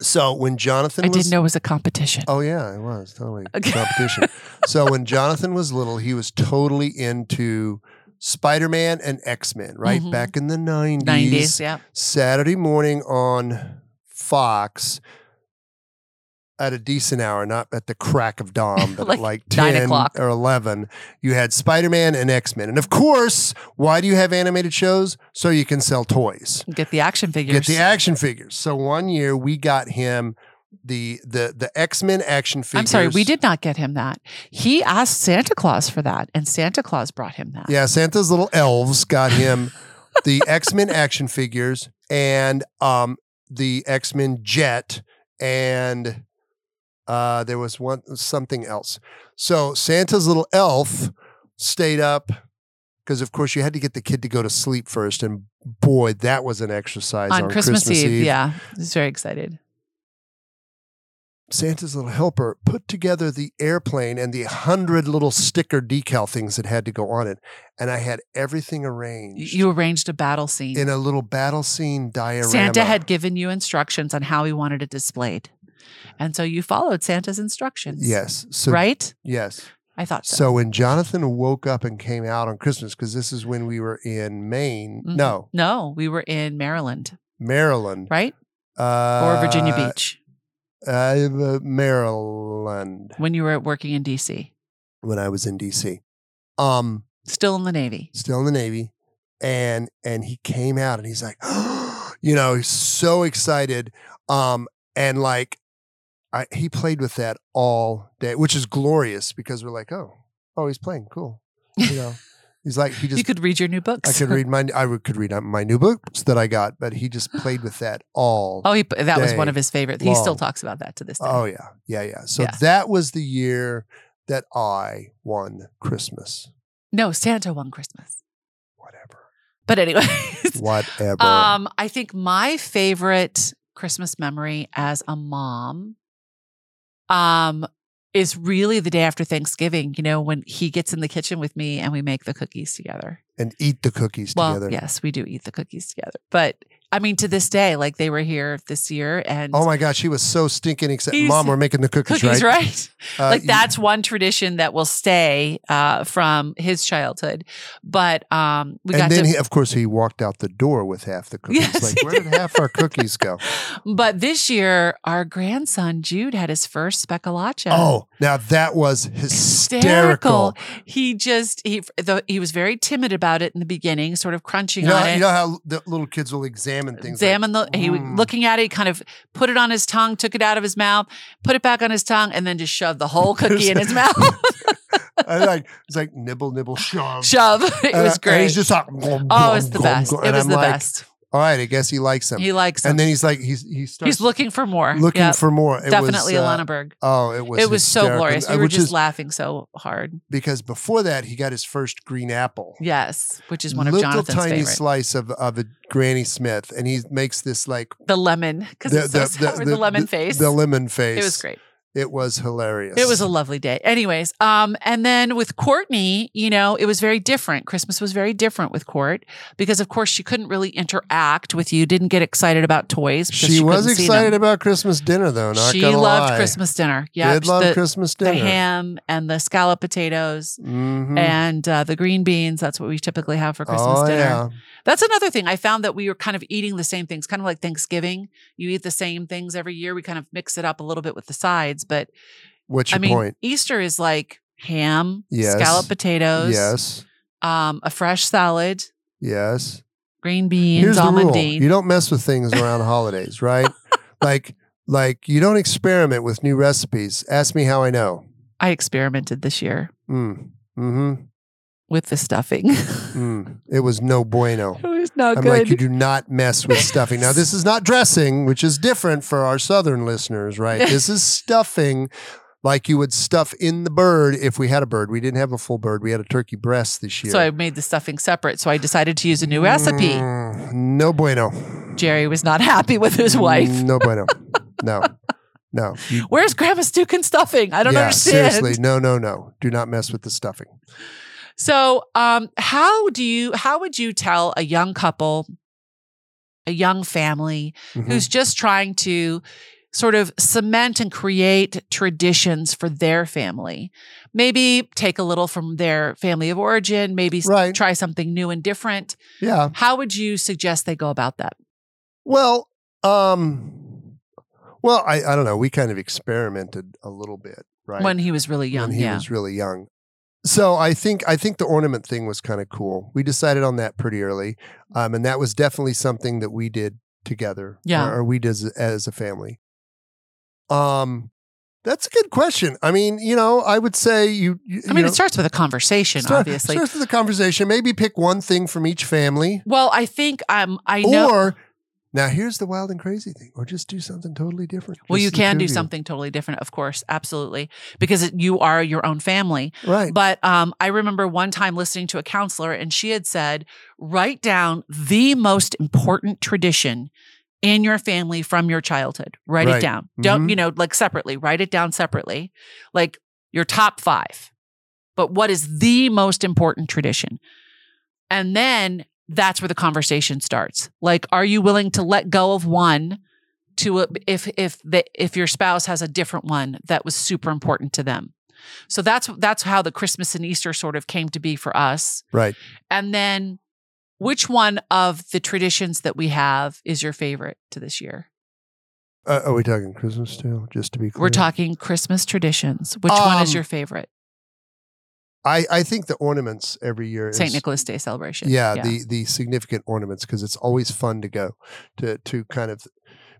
[SPEAKER 1] So when Jonathan
[SPEAKER 2] I
[SPEAKER 1] was,
[SPEAKER 2] didn't know it was a competition.
[SPEAKER 1] oh yeah, it was totally
[SPEAKER 2] [LAUGHS] Okay.
[SPEAKER 1] competition. so when Jonathan was little, he was totally into Spider Man and X Men. Right
[SPEAKER 2] Mhm.
[SPEAKER 1] back in the nineties.
[SPEAKER 2] 90s, yeah.
[SPEAKER 1] Saturday morning on Fox at a decent hour, not at the crack of
[SPEAKER 2] [LAUGHS]
[SPEAKER 1] dawn, but
[SPEAKER 2] Like
[SPEAKER 1] at like
[SPEAKER 2] nine
[SPEAKER 1] 10
[SPEAKER 2] o'clock.
[SPEAKER 1] or 11, you had Spider Man and X Men. And of course, why do you have animated shows? So you can sell toys,
[SPEAKER 2] Get the action
[SPEAKER 1] get
[SPEAKER 2] figures.
[SPEAKER 1] the action figures. So one year we got him the the the X Men action figures.
[SPEAKER 2] I'm sorry, we did not get him that. He asked Santa Claus for that, and Santa Claus brought him that.
[SPEAKER 1] Yeah, Santa's little elves got him the X Men action figures and um the X Men jet and uh there was one something else. So Santa's little elf stayed up because of course you had to get the kid to go to sleep first, and boy, that was an exercise on,
[SPEAKER 2] On Christmas, Eve, yeah, I was very excited.
[SPEAKER 1] Santa's Little Helper put together the airplane and the hundred little sticker decal things that had to go on it. And I had everything arranged
[SPEAKER 2] You arranged a battle scene.
[SPEAKER 1] in a little battle scene diorama.
[SPEAKER 2] Santa had given you instructions on how he wanted it displayed. And so you followed Santa's instructions.
[SPEAKER 1] Yes. So,
[SPEAKER 2] right?
[SPEAKER 1] Yes.
[SPEAKER 2] I thought so.
[SPEAKER 1] So when Jonathan woke up and came out on Christmas, because this is when we were in Maine,
[SPEAKER 2] Mhm.
[SPEAKER 1] no,
[SPEAKER 2] No, we were in Maryland,
[SPEAKER 1] Maryland,
[SPEAKER 2] right? Or
[SPEAKER 1] uh,
[SPEAKER 2] Virginia Beach
[SPEAKER 1] uh, Maryland
[SPEAKER 2] when you were working in DC,
[SPEAKER 1] when I was in D.C. Um,
[SPEAKER 2] still in the Navy.
[SPEAKER 1] still in the Navy, and and he came out and he's like, [GASPS] you know, he's so excited, um, and like, I, he played with that all day, which is glorious because we're like, oh, oh, he's playing, cool, you
[SPEAKER 2] [LAUGHS]
[SPEAKER 1] know. He's like he just
[SPEAKER 2] you could read your new books.
[SPEAKER 1] I could read my I would- could read uh, my new books that I got, but he just played with that all.
[SPEAKER 2] [LAUGHS] Oh, he, that was
[SPEAKER 1] day
[SPEAKER 2] one of his favorite. He still
[SPEAKER 1] long.
[SPEAKER 2] talks about that to this day.
[SPEAKER 1] Oh, yeah, yeah, yeah. So
[SPEAKER 2] Yeah.
[SPEAKER 1] that was the year that I won Christmas.
[SPEAKER 2] No, Santa won Christmas.
[SPEAKER 1] Whatever,
[SPEAKER 2] But anyway,
[SPEAKER 1] whatever.
[SPEAKER 2] [LAUGHS] um, I think my favorite Christmas memory as a mom um, is really the day after Thanksgiving, you know, when he gets in the kitchen with me and we make the cookies together.
[SPEAKER 1] and eat the cookies
[SPEAKER 2] Well,
[SPEAKER 1] together.
[SPEAKER 2] yes, we do eat the cookies together. But I mean, to this day, like they were here this year and
[SPEAKER 1] Oh my gosh, she was so stinking excited.
[SPEAKER 2] He's-
[SPEAKER 1] Mom, we're making the cookies,
[SPEAKER 2] cookies,
[SPEAKER 1] right?
[SPEAKER 2] right?
[SPEAKER 1] Uh,
[SPEAKER 2] like
[SPEAKER 1] you-
[SPEAKER 2] that's one tradition that will stay uh, from his childhood. But um, we got
[SPEAKER 1] and then,
[SPEAKER 2] to
[SPEAKER 1] he, uh, of course, he walked out the door with half the cookies.
[SPEAKER 2] Yes,
[SPEAKER 1] like,
[SPEAKER 2] he
[SPEAKER 1] where did half our cookies
[SPEAKER 2] [LAUGHS]
[SPEAKER 1] go?
[SPEAKER 2] But this year, our grandson Jude had his first speckalacha.
[SPEAKER 1] Oh, now that was hysterical.
[SPEAKER 2] Hysterical. He just he though he was very timid about it in the beginning, sort of crunching
[SPEAKER 1] You know,
[SPEAKER 2] on it.
[SPEAKER 1] you know how the little kids will examine things. like, [LAUGHS]
[SPEAKER 2] Examine the he would-
[SPEAKER 1] "Hmm."
[SPEAKER 2] looking at it, he kind of put it on his tongue, took it out of his mouth, put it back on his tongue, and then just shoved the
[SPEAKER 1] [LAUGHS]
[SPEAKER 2] whole cookie in his mouth. [LAUGHS]
[SPEAKER 1] I like it's like nibble, nibble, shove.
[SPEAKER 2] Shove. It
[SPEAKER 1] Uh, And I-
[SPEAKER 2] was
[SPEAKER 1] And
[SPEAKER 2] great.
[SPEAKER 1] he's just like,
[SPEAKER 2] oh, it was the best. It was the best.
[SPEAKER 1] All right, I guess he likes him.
[SPEAKER 2] He likes him.
[SPEAKER 1] and then he's like, he's he starts
[SPEAKER 2] He's looking for more.
[SPEAKER 1] looking
[SPEAKER 2] Yep.
[SPEAKER 1] for more. It was,
[SPEAKER 2] definitely
[SPEAKER 1] uh,
[SPEAKER 2] Alana Berg.
[SPEAKER 1] Oh, it was
[SPEAKER 2] It was so
[SPEAKER 1] hysterical.
[SPEAKER 2] glorious. We
[SPEAKER 1] Uh,
[SPEAKER 2] were
[SPEAKER 1] which
[SPEAKER 2] just
[SPEAKER 1] is-
[SPEAKER 2] laughing so hard.
[SPEAKER 1] because before that he got his first green apple.
[SPEAKER 2] Yes, which is one of
[SPEAKER 1] Little
[SPEAKER 2] Jonathan's
[SPEAKER 1] tiny
[SPEAKER 2] favorites.
[SPEAKER 1] slice of, of a Granny Smith, and he makes this like
[SPEAKER 2] the lemon because
[SPEAKER 1] the-
[SPEAKER 2] it's so
[SPEAKER 1] the-
[SPEAKER 2] sour,
[SPEAKER 1] the-
[SPEAKER 2] the, lemon
[SPEAKER 1] the-
[SPEAKER 2] face.
[SPEAKER 1] the lemon face.
[SPEAKER 2] It was great.
[SPEAKER 1] It was hilarious.
[SPEAKER 2] It was a lovely day. Anyways, um, and then with Courtney, you know, it was very different. Christmas was very different with Court because, of course, she couldn't really interact with you. Didn't get excited about toys. because
[SPEAKER 1] she, was
[SPEAKER 2] couldn't see them.
[SPEAKER 1] excited about Christmas dinner though. Not
[SPEAKER 2] she
[SPEAKER 1] gonna
[SPEAKER 2] loved
[SPEAKER 1] lie.
[SPEAKER 2] Christmas dinner. Yeah,
[SPEAKER 1] Did love
[SPEAKER 2] the,
[SPEAKER 1] Christmas
[SPEAKER 2] the
[SPEAKER 1] dinner.
[SPEAKER 2] ham and the scallop potatoes
[SPEAKER 1] Mhm.
[SPEAKER 2] and uh, the green beans. That's what we typically have for Christmas
[SPEAKER 1] oh,
[SPEAKER 2] dinner.
[SPEAKER 1] Yeah.
[SPEAKER 2] That's another thing. I found that we were kind of eating the same things, kind of like Thanksgiving. You eat the same things every year. We kind of mix it up a little bit with the sides, but
[SPEAKER 1] What's your
[SPEAKER 2] I mean,
[SPEAKER 1] point?
[SPEAKER 2] Easter is like ham,
[SPEAKER 1] Yes.
[SPEAKER 2] scalloped potatoes,
[SPEAKER 1] Yes.
[SPEAKER 2] um, a fresh salad,
[SPEAKER 1] Yes.
[SPEAKER 2] green beans,
[SPEAKER 1] Here's the rule:
[SPEAKER 2] almondine.
[SPEAKER 1] you don't mess with things around holidays, right?
[SPEAKER 2] [LAUGHS]
[SPEAKER 1] Like, like you don't experiment with new recipes. Ask me how I know.
[SPEAKER 2] I experimented this year
[SPEAKER 1] Mm. Mm-hmm.
[SPEAKER 2] with the stuffing. [LAUGHS]
[SPEAKER 1] Mm. It was no bueno.
[SPEAKER 2] it was not
[SPEAKER 1] I'm
[SPEAKER 2] good.
[SPEAKER 1] like, you do not mess
[SPEAKER 2] [LAUGHS]
[SPEAKER 1] with stuffing. Now, this is not dressing, which is different for our southern listeners, right? This
[SPEAKER 2] [LAUGHS]
[SPEAKER 1] is stuffing, like you would stuff in the bird if we had a bird. We didn't have a full bird. We had a turkey breast this year.
[SPEAKER 2] so I made the stuffing separate. So I decided to use a new recipe.
[SPEAKER 1] Mm, no bueno. Mm,
[SPEAKER 2] Jerry was not [LAUGHS] happy with his wife.
[SPEAKER 1] No
[SPEAKER 2] [LAUGHS]
[SPEAKER 1] bueno. No. No. You
[SPEAKER 2] Where's Grandma Stukin stuffing? I don't
[SPEAKER 1] yeah,
[SPEAKER 2] understand.
[SPEAKER 1] Seriously, no, no, no. Do not mess with the stuffing.
[SPEAKER 2] So, um, how do you? How would you tell a young couple, a young family
[SPEAKER 1] Mhm.
[SPEAKER 2] who's just trying to sort of cement and create traditions for their family? Maybe take a little from their family of origin. Maybe s-
[SPEAKER 1] Right.
[SPEAKER 2] try something new and different.
[SPEAKER 1] Yeah.
[SPEAKER 2] How would you suggest they go about that?
[SPEAKER 1] Well, um, well, I, I don't know. We kind of experimented a little bit, right?
[SPEAKER 2] When he was really
[SPEAKER 1] When
[SPEAKER 2] young,
[SPEAKER 1] he
[SPEAKER 2] yeah.
[SPEAKER 1] was really young. So I think I think the ornament thing was kind of cool. We decided on that pretty early, um, and that was definitely something that we did together.
[SPEAKER 2] Yeah.
[SPEAKER 1] or, or we did as, as a family. Um, that's a good question. I mean, you know, I would say you. you
[SPEAKER 2] I
[SPEAKER 1] you
[SPEAKER 2] mean,
[SPEAKER 1] know,
[SPEAKER 2] it starts with a conversation,
[SPEAKER 1] Start-
[SPEAKER 2] obviously.
[SPEAKER 1] Start with the conversation. Maybe pick one thing from each family.
[SPEAKER 2] Well, I think um, I know.
[SPEAKER 1] Or now here's the wild and crazy thing. Or just do something totally different.
[SPEAKER 2] Well,
[SPEAKER 1] Just
[SPEAKER 2] you
[SPEAKER 1] the
[SPEAKER 2] can
[SPEAKER 1] two
[SPEAKER 2] do
[SPEAKER 1] of you.
[SPEAKER 2] something totally different, of course, absolutely, because it, you are your own family.
[SPEAKER 1] Right.
[SPEAKER 2] But um, I remember one time listening to a counselor, and she had said, write down the most important tradition and your family from your childhood. Write
[SPEAKER 1] Right.
[SPEAKER 2] it down. Don't,
[SPEAKER 1] Mhm.
[SPEAKER 2] you know, like separately, write it down separately. Like your top five. But what is the most important tradition? And then that's where the conversation starts. Like, are you willing to let go of one to a, if if the, if your spouse has a different one that was super important to them? So that's that's how the Christmas and Easter sort of came to be for us.
[SPEAKER 1] Right.
[SPEAKER 2] And then, which one of the traditions that we have is your favorite to this year?
[SPEAKER 1] Uh, are we talking Christmas too? Just to be clear,
[SPEAKER 2] We're talking Christmas traditions. Which one is
[SPEAKER 1] Um,
[SPEAKER 2] your favorite?
[SPEAKER 1] I I think the ornaments every year.
[SPEAKER 2] St.
[SPEAKER 1] is-
[SPEAKER 2] Nicholas Day celebration.
[SPEAKER 1] Yeah, the the significant ornaments because it's always fun to go to to kind of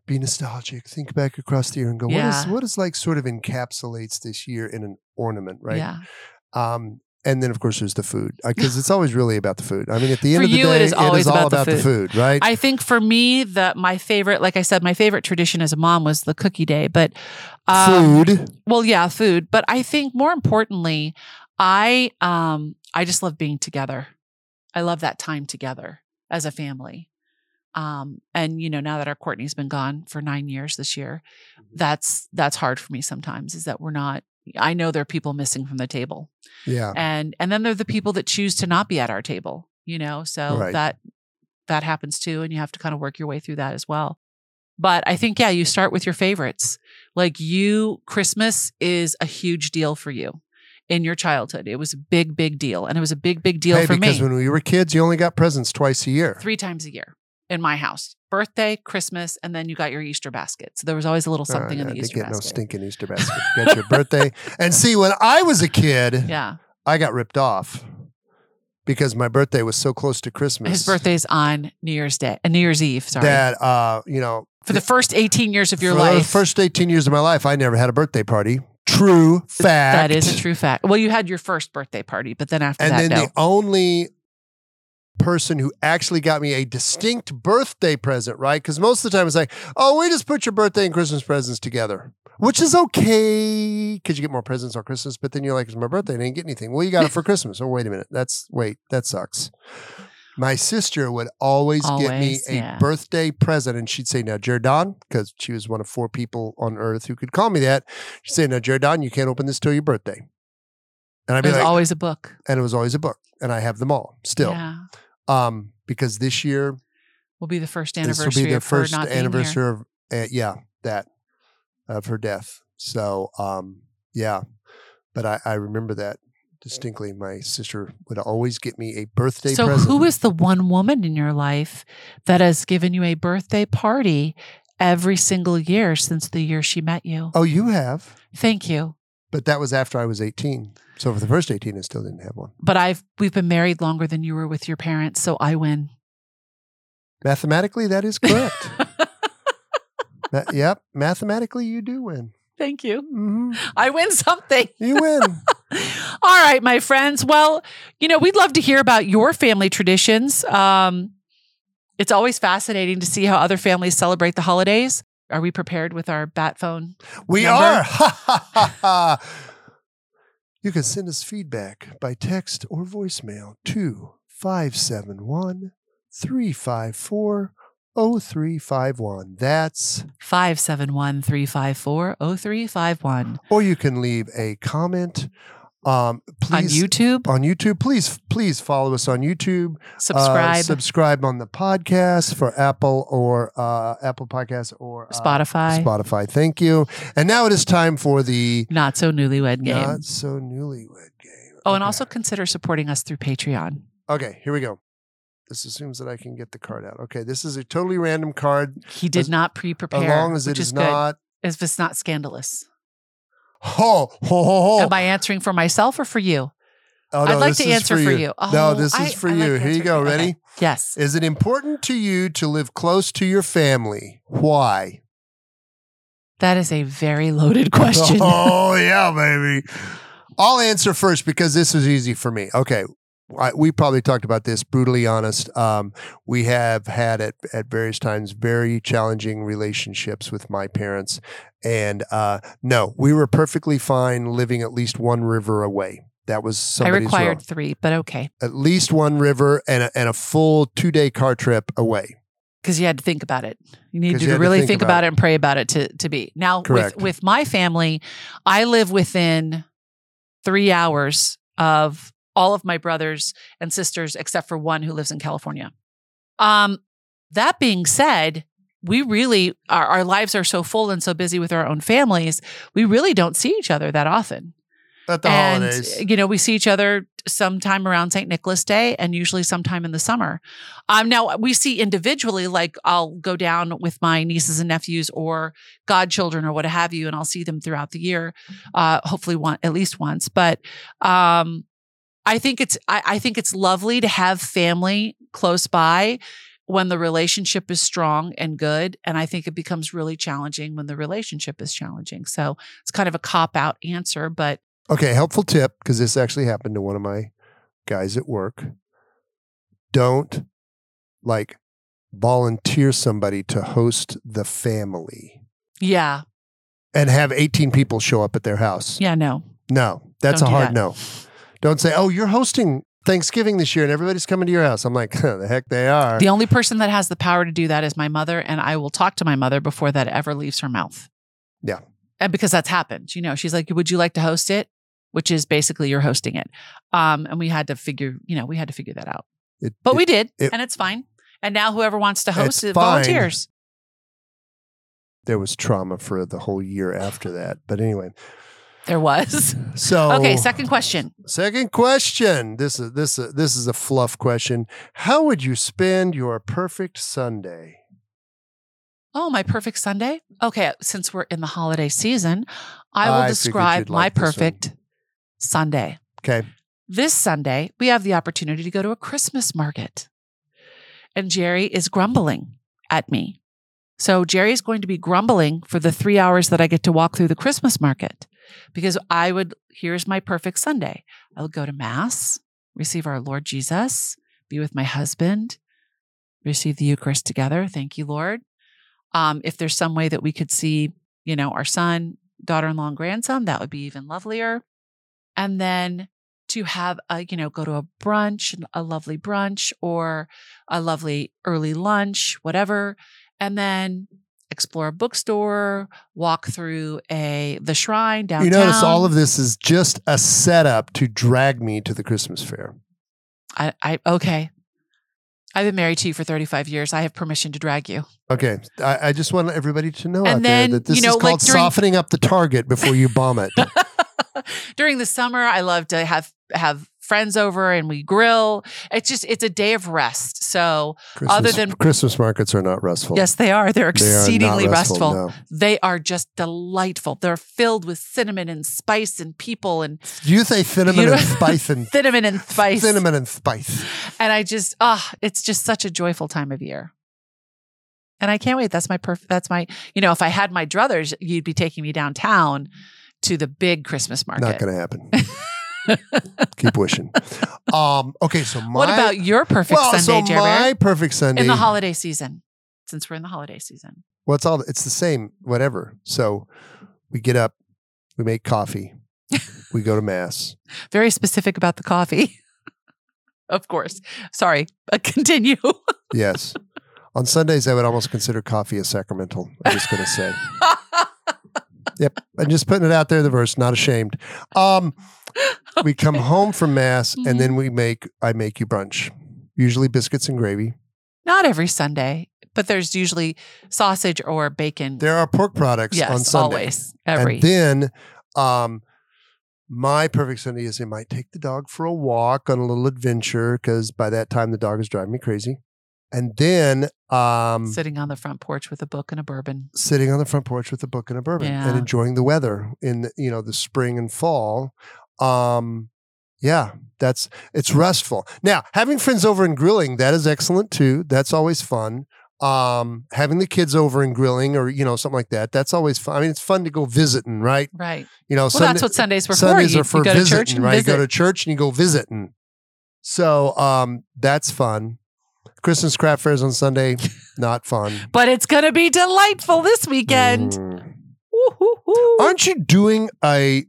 [SPEAKER 1] be nostalgic, think back across the year, and go, what is
[SPEAKER 2] Yeah.
[SPEAKER 1] what is like sort of encapsulates this year in an ornament, right?
[SPEAKER 2] Yeah.
[SPEAKER 1] Um, and then of course there's the food
[SPEAKER 2] [LAUGHS]
[SPEAKER 1] because it's always really about the food. I mean, at the end
[SPEAKER 2] For
[SPEAKER 1] of the
[SPEAKER 2] you,
[SPEAKER 1] day,
[SPEAKER 2] it is always
[SPEAKER 1] all
[SPEAKER 2] about the
[SPEAKER 1] about the food, right?
[SPEAKER 2] I think for me, the my favorite, like I said, my favorite tradition as a mom was the cookie day. But um,
[SPEAKER 1] food.
[SPEAKER 2] well, yeah, food. But I think more importantly, I um I just love being together. I love that time together as a family. Um, and you know, now that our Courtney's been gone for nine years this year,
[SPEAKER 1] Mm-hmm.
[SPEAKER 2] that's that's hard for me sometimes is that we're not I know there are people missing from the table.
[SPEAKER 1] Yeah.
[SPEAKER 2] And and then there are the people that choose to not be at our table, you know. So
[SPEAKER 1] Right.
[SPEAKER 2] that that happens too. And you have to kind of work your way through that as well. But I think, yeah, you start with your favorites. Like you, Christmas is a huge deal for you in your childhood. It was a big, big deal. And it was a big, big deal
[SPEAKER 1] hey,
[SPEAKER 2] for me
[SPEAKER 1] because when we were kids, you only got presents twice a year.
[SPEAKER 2] three times a year in my house birthday, Christmas, and then you got your Easter basket. So there was always a little
[SPEAKER 1] Oh,
[SPEAKER 2] something in
[SPEAKER 1] yeah,
[SPEAKER 2] the
[SPEAKER 1] they
[SPEAKER 2] Easter
[SPEAKER 1] get
[SPEAKER 2] basket.
[SPEAKER 1] no stinking Easter basket. You got your birthday, and see, when I was a kid,
[SPEAKER 2] [LAUGHS] yeah.
[SPEAKER 1] I got ripped off because my birthday was so close to Christmas.
[SPEAKER 2] His birthday's on New Year's Day, uh, New Year's Eve, sorry.
[SPEAKER 1] that uh, you know,
[SPEAKER 2] for the first 18 years of your
[SPEAKER 1] for the
[SPEAKER 2] life.
[SPEAKER 1] first eighteen years of my life, I never had a birthday party. True fact.
[SPEAKER 2] That is a true fact. Well, you had your first birthday party, but then after
[SPEAKER 1] And
[SPEAKER 2] that,
[SPEAKER 1] then
[SPEAKER 2] no.
[SPEAKER 1] the only person who actually got me a distinct birthday present, right? Because most of the time it's like, oh, we just put your birthday and Christmas presents together, which is okay because you get more presents on Christmas. But then you're like, it's my birthday, I didn't get anything. Well, you got it
[SPEAKER 2] [LAUGHS]
[SPEAKER 1] for Christmas. Oh, wait a minute. That's wait, that sucks. My sister would always, get me
[SPEAKER 2] Always,
[SPEAKER 1] a
[SPEAKER 2] yeah.
[SPEAKER 1] birthday present, and she'd say, "Now, Jordan," because she was one of four people on Earth who could call me that. She'd say, "Now, Jordan, you can't open this till your birthday." And I'd be
[SPEAKER 2] There's
[SPEAKER 1] like,
[SPEAKER 2] always a book.
[SPEAKER 1] and it was always a book and i have them all still
[SPEAKER 2] Yeah.
[SPEAKER 1] um because this year
[SPEAKER 2] Will be the first
[SPEAKER 1] this
[SPEAKER 2] anniversary
[SPEAKER 1] will be the
[SPEAKER 2] of her
[SPEAKER 1] first
[SPEAKER 2] not being here.
[SPEAKER 1] anniversary of uh, yeah that of her death so um yeah but i i remember that distinctly my sister would always get me a birthday
[SPEAKER 2] So,
[SPEAKER 1] present
[SPEAKER 2] who is the one woman in your life that has given you a birthday party every single year since the year she met you?
[SPEAKER 1] oh you have
[SPEAKER 2] Thank you.
[SPEAKER 1] but that was after i was 18 so for the first 18 i still didn't have one
[SPEAKER 2] But I've we've been married longer than you were with your parents, so I win.
[SPEAKER 1] mathematically that is
[SPEAKER 2] [LAUGHS]
[SPEAKER 1] correct Ma- yep mathematically you do win
[SPEAKER 2] Thank you.
[SPEAKER 1] hmm
[SPEAKER 2] I win something.
[SPEAKER 1] you
[SPEAKER 2] [LAUGHS]
[SPEAKER 1] win
[SPEAKER 2] All right, my friends. Well, you know, we'd love to hear about your family traditions. Um, it's always fascinating to see how other families celebrate the holidays. Are we prepared with our bat phone?
[SPEAKER 1] We
[SPEAKER 2] number?
[SPEAKER 1] are. [LAUGHS] Ha, ha, ha, ha. you can send us feedback by text or voicemail to 571 354 0351. That's,
[SPEAKER 2] 571 354 0351.
[SPEAKER 1] or you can leave a comment. Um,
[SPEAKER 2] On
[SPEAKER 1] please.
[SPEAKER 2] YouTube,
[SPEAKER 1] on YouTube, please, please follow us on YouTube. Uh,
[SPEAKER 2] subscribe,
[SPEAKER 1] subscribe on the podcast for Apple or uh, Apple Podcasts or uh,
[SPEAKER 2] Spotify,
[SPEAKER 1] Spotify. Thank you. And now it is time for the
[SPEAKER 2] not so newlywed game.
[SPEAKER 1] Not so newlywed game.
[SPEAKER 2] oh, and
[SPEAKER 1] Okay.
[SPEAKER 2] also consider supporting us through Patreon.
[SPEAKER 1] Okay, here we go. This assumes that I can get the card out. Okay, this is a totally random card.
[SPEAKER 2] He did
[SPEAKER 1] As-
[SPEAKER 2] not pre prepare.
[SPEAKER 1] as long as it is, not.
[SPEAKER 2] If it's not scandalous.
[SPEAKER 1] Ho, ho, ho, ho.
[SPEAKER 2] Am I answering for myself or for you?
[SPEAKER 1] Oh,
[SPEAKER 2] I'd like
[SPEAKER 1] this
[SPEAKER 2] to
[SPEAKER 1] is
[SPEAKER 2] answer for you.
[SPEAKER 1] no,
[SPEAKER 2] Oh,
[SPEAKER 1] this
[SPEAKER 2] I-
[SPEAKER 1] is for
[SPEAKER 2] I like
[SPEAKER 1] you.
[SPEAKER 2] to
[SPEAKER 1] here you
[SPEAKER 2] answer
[SPEAKER 1] go.
[SPEAKER 2] for you.
[SPEAKER 1] Ready?
[SPEAKER 2] Okay. Yes.
[SPEAKER 1] Is it important to you to live close to your family? Why?
[SPEAKER 2] That is a very loaded question.
[SPEAKER 1] [LAUGHS] Oh, yeah, baby. I'll answer first because this is easy for me. Okay. I, we probably talked about this brutally honest. Um, we have had at, at various times very challenging relationships with my parents. And uh, no, we were perfectly fine living at least one river away. That was
[SPEAKER 2] I
[SPEAKER 1] somebody's
[SPEAKER 2] required
[SPEAKER 1] rule.
[SPEAKER 2] three, but okay.
[SPEAKER 1] at least one river and a, and a full two day car trip away.
[SPEAKER 2] because you had to think about it. You needed
[SPEAKER 1] 'Cause
[SPEAKER 2] to
[SPEAKER 1] you had to
[SPEAKER 2] really
[SPEAKER 1] think
[SPEAKER 2] think,
[SPEAKER 1] about
[SPEAKER 2] about, it and pray about it to to be. Now
[SPEAKER 1] Correct.
[SPEAKER 2] with with my family, I live within 3 hours of all of my brothers and sisters except for one who lives in California. Um that being said, we really our, our lives are so full and so busy with our own families, we really don't see each other that often.
[SPEAKER 1] At the
[SPEAKER 2] and
[SPEAKER 1] holidays.
[SPEAKER 2] you know, we see each other sometime around St. Nicholas Day and usually sometime in the summer. Um, now we see individually, like I'll go down with my nieces and nephews or godchildren or what have you, and I'll see them throughout the year, uh, hopefully one at least once. But um, I think it's I, I think it's lovely to have family close by when the relationship is strong and good. And I think it becomes really challenging when the relationship is challenging. So it's kind of a cop out answer, but
[SPEAKER 1] Okay, helpful tip because this actually happened to one of my guys at work. Don't like volunteer somebody to host the family
[SPEAKER 2] yeah.
[SPEAKER 1] and have 18 people show up at their house.
[SPEAKER 2] Yeah, no.
[SPEAKER 1] No, that's
[SPEAKER 2] Don't
[SPEAKER 1] a
[SPEAKER 2] do
[SPEAKER 1] hard
[SPEAKER 2] that.
[SPEAKER 1] no. Don't say, "Oh, you're hosting Thanksgiving this year and everybody's coming to your house." I'm like, [LAUGHS] "The heck they are."
[SPEAKER 2] The only person that has the power to do that is my mother, and I will talk to my mother before that ever leaves her mouth.
[SPEAKER 1] Yeah.
[SPEAKER 2] And because that's happened, you know, she's like, "Would you like to host it?" Which is basically you're hosting it. Um, and we had to figure, you know, we had to figure that out,
[SPEAKER 1] It-
[SPEAKER 2] but
[SPEAKER 1] it-
[SPEAKER 2] we did,
[SPEAKER 1] it-
[SPEAKER 2] and it's fine. And now whoever wants to host
[SPEAKER 1] It's
[SPEAKER 2] it
[SPEAKER 1] fine.
[SPEAKER 2] volunteers.
[SPEAKER 1] there was trauma for the whole year after that. But anyway,
[SPEAKER 2] There was [LAUGHS]
[SPEAKER 1] so
[SPEAKER 2] okay. Second question.
[SPEAKER 1] Second question. This is this is, this is a fluff question. How would you spend your perfect Sunday?
[SPEAKER 2] Oh, my perfect Sunday. Okay, since we're in the holiday season, I
[SPEAKER 1] I
[SPEAKER 2] will
[SPEAKER 1] figured
[SPEAKER 2] describe
[SPEAKER 1] you'd
[SPEAKER 2] my
[SPEAKER 1] like this one.
[SPEAKER 2] perfect Sunday.
[SPEAKER 1] Okay.
[SPEAKER 2] This Sunday, we have the opportunity to go to a Christmas market. And Jerry is grumbling at me. So Jerry is going to be grumbling for the three hours that I get to walk through the Christmas market because I would, here's my perfect Sunday. I would go to Mass, receive our Lord Jesus, be with my husband, receive the Eucharist together. Thank you, Lord. Um, if there's some way that we could see, you know, our son, daughter in law, and grandson, that would be even lovelier. And then to have a you know go to a brunch a lovely brunch or a lovely early lunch whatever and then explore a bookstore walk through a the shrine downtown
[SPEAKER 1] You notice all of this is just a setup to drag me to the Christmas fair.
[SPEAKER 2] i i okay i've been married to you for 35 years i have permission to
[SPEAKER 1] [LAUGHS]
[SPEAKER 2] drag you
[SPEAKER 1] Okay. I, I just want everybody to know
[SPEAKER 2] And
[SPEAKER 1] out
[SPEAKER 2] then,
[SPEAKER 1] there that this
[SPEAKER 2] you know,
[SPEAKER 1] is
[SPEAKER 2] like
[SPEAKER 1] called
[SPEAKER 2] during-
[SPEAKER 1] softening up the target before you bomb
[SPEAKER 2] [LAUGHS]
[SPEAKER 1] it.
[SPEAKER 2] during the summer i love to have have friends over and we grill it's just it's a day of rest so
[SPEAKER 1] Christmas,
[SPEAKER 2] than-
[SPEAKER 1] Christmas markets are not restful.
[SPEAKER 2] yes they are they're
[SPEAKER 1] They are not
[SPEAKER 2] exceedingly restful
[SPEAKER 1] no.
[SPEAKER 2] They are just delightful. They're filled with cinnamon and spice and people and
[SPEAKER 1] You say cinnamon
[SPEAKER 2] You know- [LAUGHS]
[SPEAKER 1] and spice and
[SPEAKER 2] cinnamon and spice.
[SPEAKER 1] cinnamon and spice.
[SPEAKER 2] And I just, ah, it's just such a joyful time of year. And I can't wait. That's my perfect, that's my, you know, if I had my druthers, you'd be taking me downtown to the big Christmas market.
[SPEAKER 1] Not going to happen.
[SPEAKER 2] [LAUGHS]
[SPEAKER 1] Keep wishing. Um, okay, so my
[SPEAKER 2] what about your perfect
[SPEAKER 1] well,
[SPEAKER 2] Sunday,
[SPEAKER 1] so
[SPEAKER 2] Jerry?
[SPEAKER 1] my perfect Sunday
[SPEAKER 2] in the holiday season, since we're in the holiday season.
[SPEAKER 1] Well, it's all it's the same, whatever. So we get up, we make coffee, we go to mass.
[SPEAKER 2] Very specific about the coffee. [LAUGHS] of course. Sorry. Uh, continue. [LAUGHS]
[SPEAKER 1] Yes. On Sundays, I would almost consider coffee a sacramental. I'm just going to say. Yep. I'm just putting it out there, the verse, not ashamed.
[SPEAKER 2] [LAUGHS]
[SPEAKER 1] Um, We come home from mass, and
[SPEAKER 2] Mm-hmm.
[SPEAKER 1] then we make, I make you brunch, usually biscuits and gravy.
[SPEAKER 2] Not every Sunday, but there's usually sausage or bacon.
[SPEAKER 1] There are pork products
[SPEAKER 2] yes,
[SPEAKER 1] on Sunday.
[SPEAKER 2] always. Every.
[SPEAKER 1] And then um my perfect Sunday is it might take the dog for a walk on a little adventure because by that time the dog is driving me crazy. And then um
[SPEAKER 2] Sitting on the front porch with a book and a bourbon.
[SPEAKER 1] sitting on the front porch with a book and a bourbon and
[SPEAKER 2] Yeah.
[SPEAKER 1] enjoying the weather in the, you know the spring and fall. Um yeah, that's it's restful. Now, having friends over and grilling, that is excellent too. That's always fun. Um having the kids over and grilling or you know something like that, that's always fun. I mean, it's fun to go visiting, right?
[SPEAKER 2] Right.
[SPEAKER 1] You know,
[SPEAKER 2] Well, that's what Sundays were
[SPEAKER 1] Sundays
[SPEAKER 2] for. You,
[SPEAKER 1] are for
[SPEAKER 2] you go
[SPEAKER 1] visiting,
[SPEAKER 2] to church and
[SPEAKER 1] right?
[SPEAKER 2] visit.
[SPEAKER 1] You go to church and you go visiting. So um, that's fun. Christmas craft fairs on
[SPEAKER 2] [LAUGHS]
[SPEAKER 1] Sunday, not fun.
[SPEAKER 2] but it's going to be delightful this weekend.
[SPEAKER 1] Mm.
[SPEAKER 2] Woo-hoo-hoo.
[SPEAKER 1] Aren't you doing a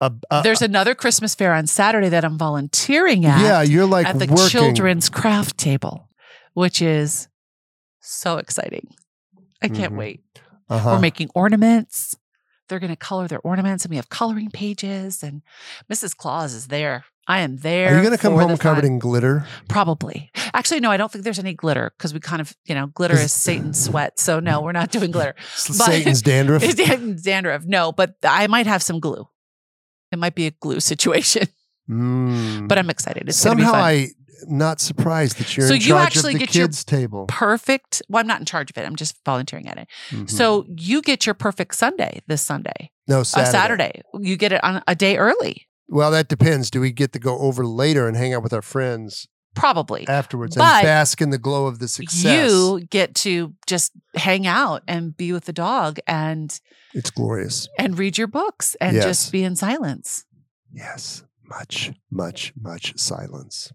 [SPEAKER 1] a, a-
[SPEAKER 2] There's another Christmas fair on Saturday that I'm volunteering at
[SPEAKER 1] yeah? You're like
[SPEAKER 2] at the
[SPEAKER 1] working.
[SPEAKER 2] children's craft table, which is So exciting. I can't
[SPEAKER 1] Mhm.
[SPEAKER 2] wait.
[SPEAKER 1] Uh-huh.
[SPEAKER 2] We're making ornaments. They're going to color their ornaments, and we have coloring pages. And Mrs. Claus is there. I am there.
[SPEAKER 1] Are you going to come
[SPEAKER 2] for
[SPEAKER 1] home
[SPEAKER 2] the
[SPEAKER 1] covered
[SPEAKER 2] fun.
[SPEAKER 1] in glitter?
[SPEAKER 2] Probably. Actually, no, I don't think there's any glitter because we kind of, you know, glitter
[SPEAKER 1] [LAUGHS]
[SPEAKER 2] is Satan's sweat. So no, we're not doing glitter.
[SPEAKER 1] S-
[SPEAKER 2] But- [LAUGHS]
[SPEAKER 1] Satan's dandruff.
[SPEAKER 2] It's Dan- dandruff. No, but I might have some glue. It might be a glue situation, [LAUGHS]
[SPEAKER 1] Mm.
[SPEAKER 2] but I'm excited. It's gonna be
[SPEAKER 1] somehow
[SPEAKER 2] fun.
[SPEAKER 1] I not surprised that you're
[SPEAKER 2] So
[SPEAKER 1] in
[SPEAKER 2] you
[SPEAKER 1] charge
[SPEAKER 2] actually
[SPEAKER 1] of the
[SPEAKER 2] get your
[SPEAKER 1] kids table.
[SPEAKER 2] perfect. Well, I'm not in charge of it. I'm just volunteering at it.
[SPEAKER 1] Mhm.
[SPEAKER 2] So you get your perfect Sunday this Sunday,
[SPEAKER 1] no
[SPEAKER 2] a
[SPEAKER 1] Saturday.
[SPEAKER 2] Saturday. You get it on a day early,
[SPEAKER 1] Well, that depends. Do we get to go over later and hang out with our friends
[SPEAKER 2] probably.
[SPEAKER 1] afterwards
[SPEAKER 2] But
[SPEAKER 1] and bask in the glow of the success?
[SPEAKER 2] You get to just hang out and be with the dog and
[SPEAKER 1] it's glorious.
[SPEAKER 2] and read your books and
[SPEAKER 1] Yes.
[SPEAKER 2] just be in silence.
[SPEAKER 1] Yes, much, much, much silence.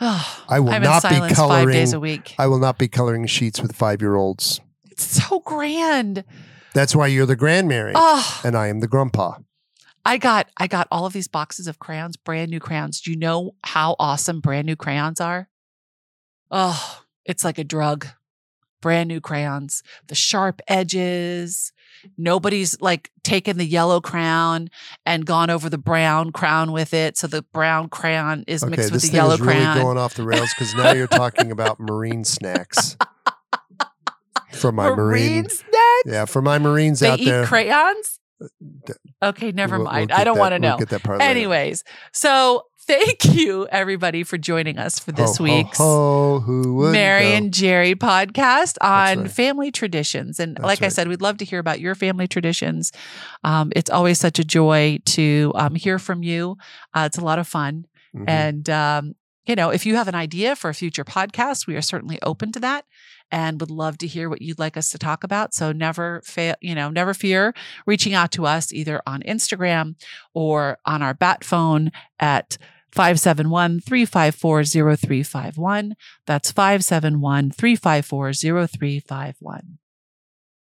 [SPEAKER 2] [SIGHS]
[SPEAKER 1] I
[SPEAKER 2] I
[SPEAKER 1] will
[SPEAKER 2] I'm
[SPEAKER 1] not
[SPEAKER 2] in
[SPEAKER 1] be
[SPEAKER 2] silence five days
[SPEAKER 1] coloring-
[SPEAKER 2] a week.
[SPEAKER 1] I will not be coloring sheets with five-year-olds.
[SPEAKER 2] it's so grand.
[SPEAKER 1] That's why you're the grandmary
[SPEAKER 2] Oh,
[SPEAKER 1] and I am the grandpa.
[SPEAKER 2] I got I got all of these boxes of crayons, brand new crayons. Do you know how awesome brand new crayons are? Oh, it's like a drug. Brand new crayons, the sharp edges. Nobody's like taken the yellow crown and gone over the brown crown with it. So the brown crayon is
[SPEAKER 1] Okay,
[SPEAKER 2] mixed with
[SPEAKER 1] this
[SPEAKER 2] the
[SPEAKER 1] thing
[SPEAKER 2] yellow
[SPEAKER 1] is really
[SPEAKER 2] crayon.
[SPEAKER 1] going off the rails because now you're talking about marine
[SPEAKER 2] [LAUGHS]
[SPEAKER 1] snacks. For my marine,
[SPEAKER 2] Marines next?
[SPEAKER 1] yeah, for my marines
[SPEAKER 2] They
[SPEAKER 1] out
[SPEAKER 2] eat
[SPEAKER 1] there.
[SPEAKER 2] crayons?
[SPEAKER 1] d-
[SPEAKER 2] Okay, never
[SPEAKER 1] we'll- we'll
[SPEAKER 2] mind. I
[SPEAKER 1] get
[SPEAKER 2] don't
[SPEAKER 1] that-
[SPEAKER 2] want to
[SPEAKER 1] we'll
[SPEAKER 2] know.
[SPEAKER 1] get that part later.
[SPEAKER 2] Anyways, so [LAUGHS] thank you everybody for joining us for this
[SPEAKER 1] Ho, ho,
[SPEAKER 2] week's
[SPEAKER 1] ho, who would
[SPEAKER 2] Mary
[SPEAKER 1] know?
[SPEAKER 2] and Jerry podcast on
[SPEAKER 1] right.
[SPEAKER 2] family traditions. And
[SPEAKER 1] That's
[SPEAKER 2] like I
[SPEAKER 1] right.
[SPEAKER 2] said, we'd love to hear about your family traditions. Um, it's always such a joy to um, hear from you. Uh, it's a lot of fun.
[SPEAKER 1] Mhm.
[SPEAKER 2] And, um, you know, if you have an idea for a future podcast, we are certainly open to that and would love to hear what you'd like us to talk about. So never fail, you know, never fear reaching out to us either on Instagram or on our bat phone at 571 354 0351. That's 571 354 0351.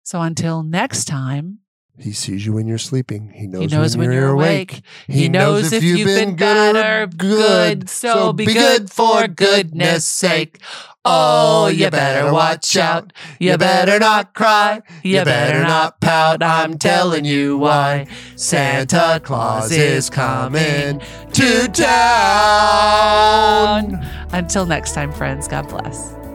[SPEAKER 2] So until next time,
[SPEAKER 1] He sees you when you're sleeping. He knows,
[SPEAKER 2] he knows when, you're awake.
[SPEAKER 1] He, knows, if you've, been,
[SPEAKER 2] bad
[SPEAKER 1] good
[SPEAKER 2] or
[SPEAKER 1] or good.
[SPEAKER 2] good. So be good for goodness sake. Oh, you better watch out. You better not cry. You better not pout. I'm telling you why. Santa Claus is coming to town. Until next time, friends, God bless.